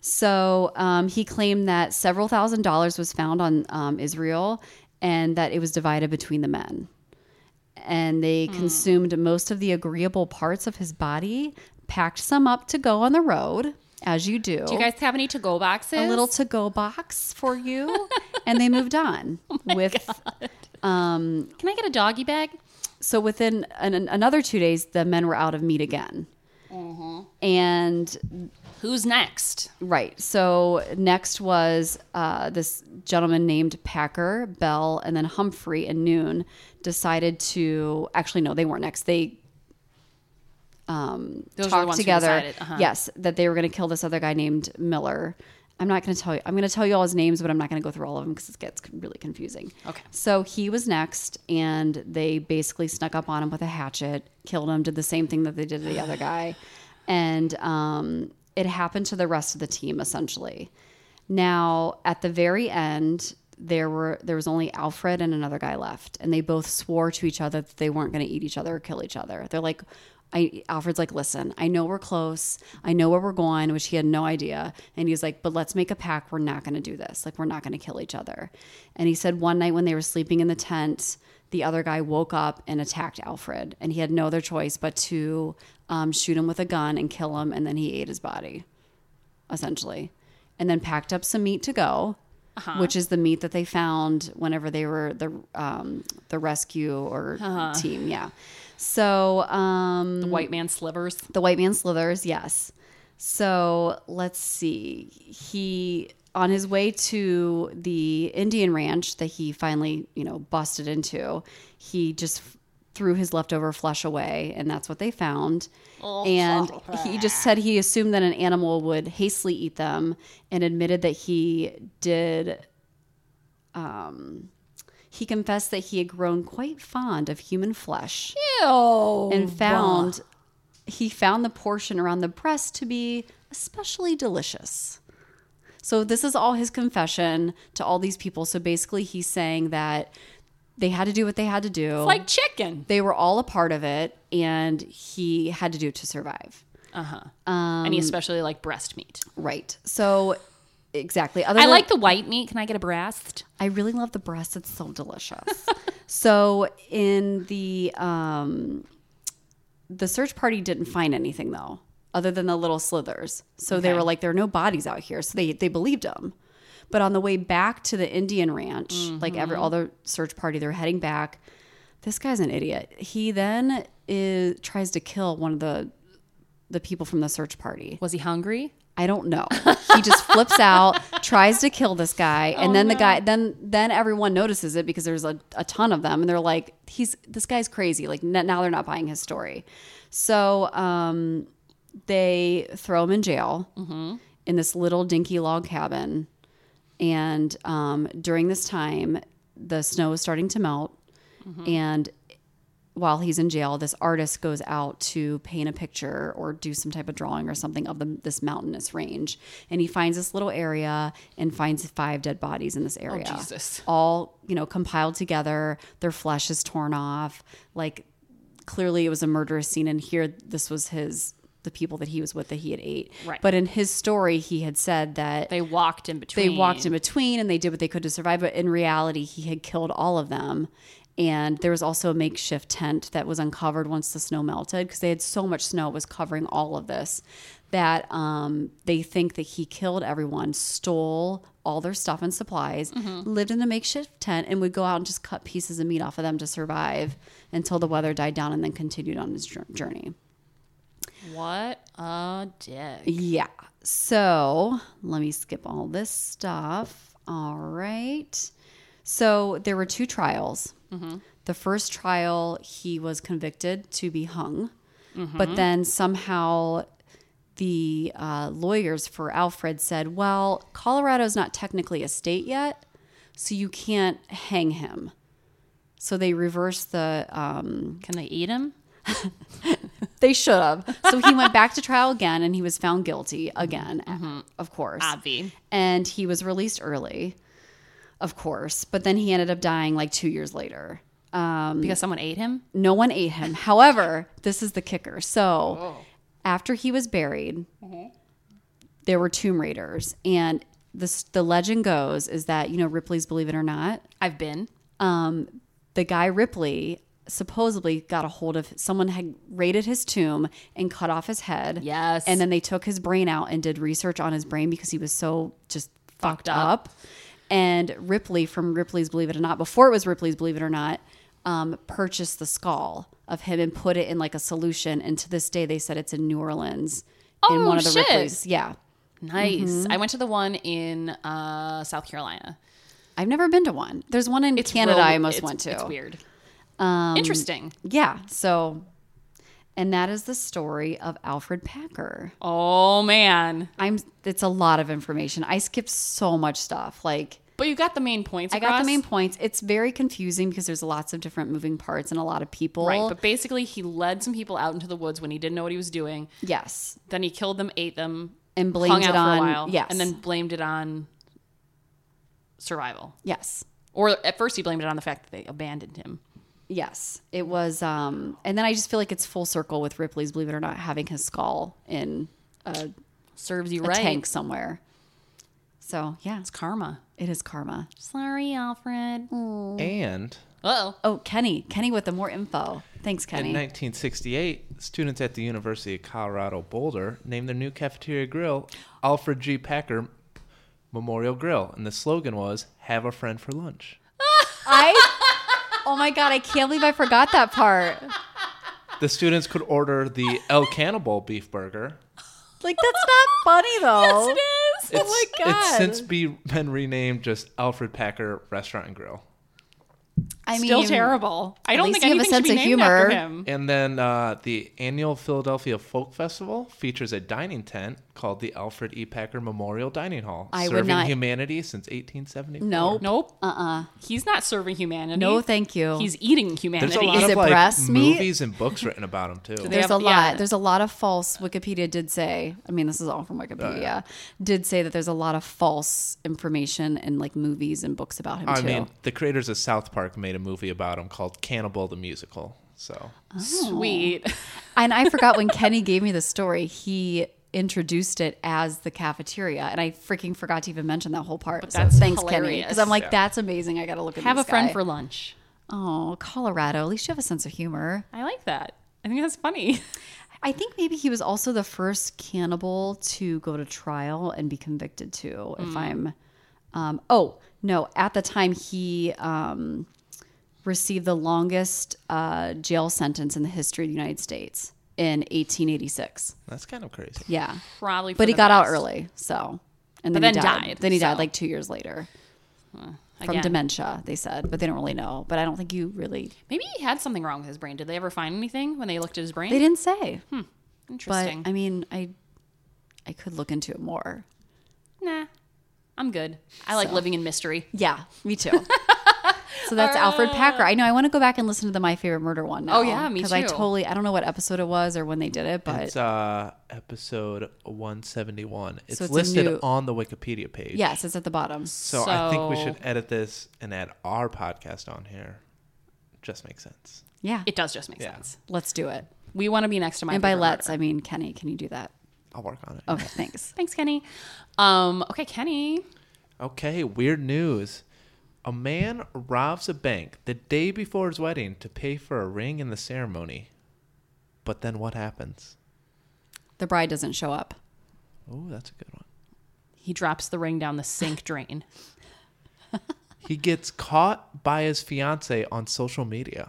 So um, he claimed that several thousand dollars was found on um, Israel, and that it was divided between the men. And they Hmm. consumed most of the agreeable parts of his body, packed some up to go on the road, as you do. Do you guys have any to go boxes? a little to go box for you, and they moved on Oh with Can I get a doggy bag? so within an, an- another two days, the men were out of meat again. Mm-hmm. And Who's next? right, so next was uh, this gentleman named Packer, Bell, and then Humphrey and Noon decided to actually no, they weren't next. They um, Those are the talked ones who together. decided, uh-huh. Yes, that they were going to kill this other guy named Miller. I'm not going to tell you. I'm going to tell you all his names, but I'm not going to go through all of them because it gets really confusing. Okay. So he was next, and they basically snuck up on him with a hatchet, killed him, did the same thing that they did to the other guy, and um, it happened to the rest of the team essentially. Now, at the very end, there were there was only Alfred and another guy left, and they both swore to each other that they weren't going to eat each other or kill each other. They're like, I Alfred's like, listen, I know we're close, I know where we're going, which he had no idea, and he's like, but let's make a pact. We're not going to do this. Like, we're not going to kill each other. And he said one night when they were sleeping in the tent. The other guy woke up and attacked Alfred, and he had no other choice but to um, shoot him with a gun and kill him, and then he ate his body essentially, and then packed up some meat to go, which is the meat that they found whenever they were the um, the rescue or team. Yeah. So um, The white man slivers. the white man slithers, yes. So let's see. He on his way to the Indian ranch that he finally, you know, busted into, he just f- threw his leftover flesh away and that's what they found. and he just said he assumed that an animal would hastily eat them and admitted that he did um, he confessed that he had grown quite fond of human flesh Oh, and found he found the portion around the breast to be especially delicious so this is all his confession to all these people so basically he's saying that they had to do what they had to do Like chicken. they were all a part of it and he had to do it to survive Uh-huh. and he especially like breast meat. right so exactly other I than- like the white meat. Can I get a breast? I really love the breast. It's so delicious. so in the um, the search party didn't find anything though, other than the little slithers. So they were like, there are no bodies out here. So they they believed them. But on the way back to the Indian ranch, like every all the search party, they're heading back. This guy's an idiot. He then is tries to kill one of the the people from the search party. Was he hungry? I don't know. He just flips out, tries to kill this guy, and then the guy then then everyone notices it because there's a, a ton of them and they're like he's this guy's crazy. Like n- now they're not buying his story. So, um they throw him in jail in this little dinky log cabin. And um, during this time, the snow is starting to melt. And while he's in jail, this artist goes out to paint a picture or do some type of drawing or something of the, this mountainous range. And he finds this little area and finds five dead bodies in this area. Jesus. All, you know, compiled together. Their flesh is torn off. Like, clearly it was a murderous scene and here this was his the people that he was with that he had ate Right. but in his story he had said that They walked in they between. walked in between and they did what they could to survive but in reality he had killed all of them and there was also a makeshift tent that was uncovered once the snow melted because they had so much snow it was covering all of this that um, they think that he killed everyone stole all their stuff and supplies lived in a makeshift tent and would go out and just cut pieces of meat off of them to survive until the weather died down and then continued on his jour- journey What a dick. yeah. So let me skip all this stuff. All right. So there were two trials. The first trial, he was convicted to be hung, but then somehow the uh, lawyers for Alfred said, well, Colorado's not technically a state yet, so you can't hang him. So they reversed the. Um, Can they eat him? they should have. So he went back to trial again, and he was found guilty again. Of course, Obvi. and he was released early, of course. But then he ended up dying like two years later. Um, Because someone ate him? No one ate him. However, this is the kicker. So after he was buried, there were tomb raiders, and this the legend goes is that you know Ripley's Believe It or Not. I've been. the guy Ripley supposedly got a hold of someone had raided his tomb and cut off his head. Yes. And then they took his brain out and did research on his brain because he was so just fucked, up. And Ripley from Ripley's Believe It or Not, before it was Ripley's Believe It or Not, um, purchased the skull of him and put it in like a solution. And to this day, they said it's in New Orleans in Oh, one of the shit. Ripley's. Yeah. Nice. Mm-hmm. I went to the one in uh, South Carolina. I've never been to one. There's one in Canada Real- I almost it's- went to. Um, It's weird. Interesting. Yeah. So, and that is the story of Alfred Packer. Oh man. I'm. It's a lot of information. I skipped so much stuff. Like But you got the main points. I got the across. main points. It's very confusing because there's lots of different moving parts and a lot of people. Right, but basically, he led some people out into the woods when he didn't know what he was doing. yes, Then he killed them, ate them, And blamed hung it out on- for a while, yes. and then blamed it on survival. yes, Or at first, he blamed it on the fact that they abandoned him. yes. It was. Um, and then I just feel like it's full circle with Ripley's. Believe it or not, having his skull in Serves you a right. tank somewhere. So yeah, It's karma. it is karma. Sorry, Alfred. Uh Mm. And oh. Oh, Kenny, Kenny with the more info. Thanks, Kenny. In 1968, students at the University of Colorado Boulder named their new cafeteria grill Alfred G. Packer Memorial Grill, and the slogan was "Have a friend for lunch." I. Oh my god! I can't believe I forgot that part. The students could order the El Cannibal beef burger. Like that's not funny though. It It's, Oh my God. It's since be, been renamed just Alfred Packer Restaurant and Grill. I mean, Still terrible. I don't least think you have a anything should sense be of named after humor. him. And then uh, the annual Philadelphia Folk Festival features a dining tent called the Alfred E. Packer Memorial Dining Hall, I would serving not- humanity since 1874. Nope. Nope. Uh uh He's not serving humanity. Uh-uh. No, thank you. He's eating humanity. There's a lot Is of it like breast meat? movies and books written about him too. they There's have- a lot. yeah. There's a lot of false. Wikipedia did say. I mean, this is all from Oh, Wikipedia. Did say that there's a lot of false information in like movies and books about him I too. mean, the creators of South Park made a movie about him called Cannibal the Musical. So oh. Sweet. and I forgot when Kenny gave me the story. He introduced it as the cafeteria, and I freaking forgot to even mention that whole part. So that's thanks, Kenny, hilarious. because I'm like, that's amazing. I got to look at Have a this friend guy. for lunch. Oh, Colorado. At least you have a sense of humor. I like that. I think that's funny. I think maybe he was also the first cannibal to go to trial and be convicted too. Hmm. If I'm, um, oh no, at the time he um, received the longest uh, jail sentence in the history of the United States in 1886. that's kind of crazy. Yeah, Probably. but for he the got out best. early. So, and But then, then he died. died, Then he died so. like two years later from Again. dementia. They said, but they don't really know. But I don't think you really. Maybe he had something wrong with his brain. Did they ever find anything when they looked at his brain? They didn't say. but Interesting. I mean, I, I could look into it more. nah, I'm good. I like living in mystery. Yeah, me too. so that's Alfred Packer. I know. I want to go back and listen to the My Favorite Murder one. Now, Uh, Oh, yeah, me I too. totally I don't know what episode it was or when they did it, but It's uh, episode 171. It's, it's a listed new- on the Wikipedia page. yes, it's at the bottom. So, I think we So- should edit this and add our podcast on here. Just makes sense. Yeah, It does just make Yeah. sense. let's do it. We want to be next to my And by favorite let's, murder. I mean Kenny. Can you do that? I'll work on it. Okay, thanks. Thanks, Kenny. Um, okay, Kenny. Okay, weird news. A man robs a bank the day before his wedding to pay for a ring in the ceremony. But then what happens? The bride doesn't show up. Oh, that's a good one. He drops the ring down the sink drain. He gets caught by his fiance on social media.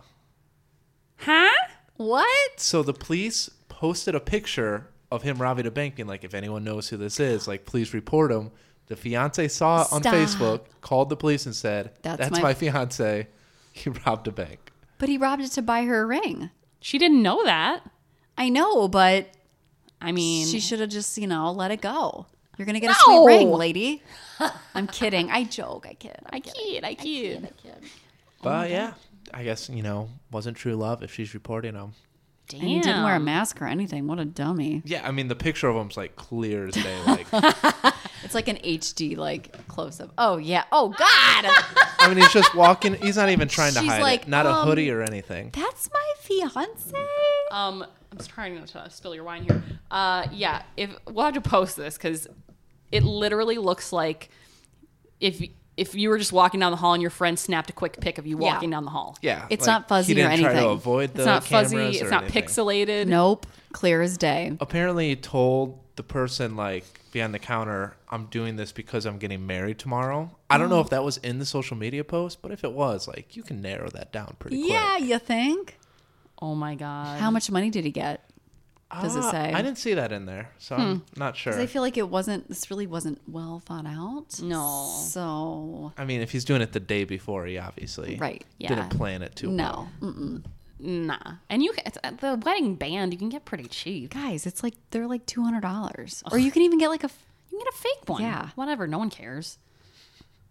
Huh? What? So the police posted a picture of him robbing a bank, being like, if anyone knows who this is, like, please report him. The fiance saw it on Stop. Facebook, called the police, and said, That's That's, my- my... fiance. He robbed a bank. But he robbed it to buy her a ring. She didn't know that. I know, but I mean, she should have just you know let it go. You're gonna get a No! sweet ring, lady. I'm kidding. I joke. I kid. I I kid. kid, I kid. But yeah, I guess you know wasn't true love if she's reporting him. Damn. And he didn't wear a mask or anything. What a dummy. Yeah, I mean the picture of him's like clear as day. Like It's like an HD like close up. Oh yeah. Oh God. I mean he's just walking. He's not even trying to She's hide like, it. Not um, a hoodie or anything. That's my fiance. Um, I'm just trying not to spill your wine here. Uh, yeah, if we'll have to post this because it literally looks like if if you were just walking down the hall and your friend snapped a quick pic of you Yeah. walking down the hall. Yeah, It's like, not fuzzy he didn't or Try to anything. avoid the it's not fuzzy. cameras It's or not anything. pixelated. Nope. Clear as day. apparently he told the person like behind the counter, "I'm doing this because I'm getting married tomorrow." I don't know if that was in the social media post, but if it was, like you can narrow that down pretty quick. Yeah, you think? Oh my god. How much money did he get? Does it Ah, say? I didn't see that in there, so I'm not sure. 'Cause I feel like it wasn't. This really wasn't well thought out. No. So I mean, if he's doing it the day before, he obviously Right, yeah. didn't plan it too well. no, Mm, Nah. And you, ca- it's, at the wedding band, you can get pretty cheap. guys, it's like they're like two hundred dollars, or you can even get like a. f- You can get a fake one. Yeah. Whatever. No one cares.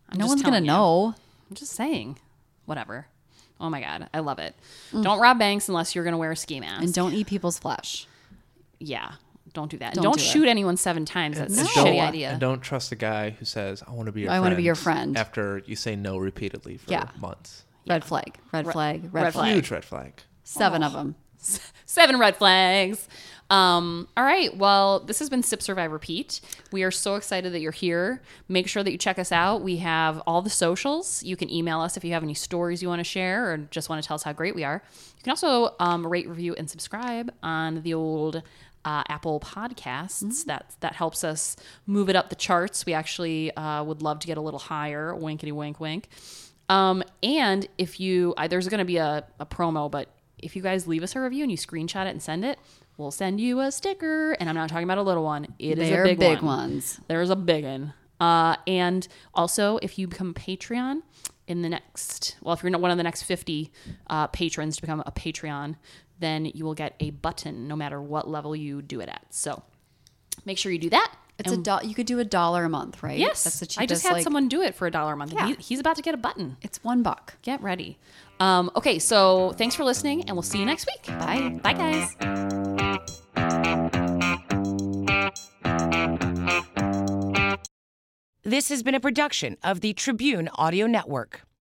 I'm No just one's gonna telling you. know. I'm just saying. Whatever. Oh my god, I love it. Don't rob banks unless you're gonna wear a ski mask. And don't eat people's flesh. yeah, don't do that. Don't Don't, don't do shoot anyone seven times. That's And a don't- shitty idea. And don't trust the guy who says, "I want to be your I friend." wanna be your friend. after you say no repeatedly for Yeah. months. Red flag. Red flag. Red, red flag. flag. Huge red flag. Seven of them. Seven red flags. Um, all right. Well, this has been Sip Survive Repeat. We are so excited that you're here. Make sure that you check us out. We have all the socials. You can email us if you have any stories you want to share or just want to tell us how great we are. You can also um, rate, review, and subscribe on the old uh, Apple Podcasts. That that helps us move it up the charts. We actually uh, would love to get a little higher. Winkety wink wink. Um, and if you, I, there's going to be a, a promo, but if you guys leave us a review and you screenshot it and send it, we'll send you a sticker. And I'm not talking about a little one. It is They're a big, big, one. ones. There's a big one. Uh, and also, if you become a Patreon in the next, well, if you're not one of the next 50 uh, patrons to become a Patreon, then you will get a button no matter what level you do it at. So make sure you do that. It's a do- you could do a dollar a month, right? Yes, That's the cheapest. I just had like- someone do it for a dollar a month. and Yeah. he- he's about to get a button. It's one buck. Get ready. Um, okay, so thanks for listening, and we'll see you next week. Bye. Bye, guys. This has been a production of the Tribune Audio Network.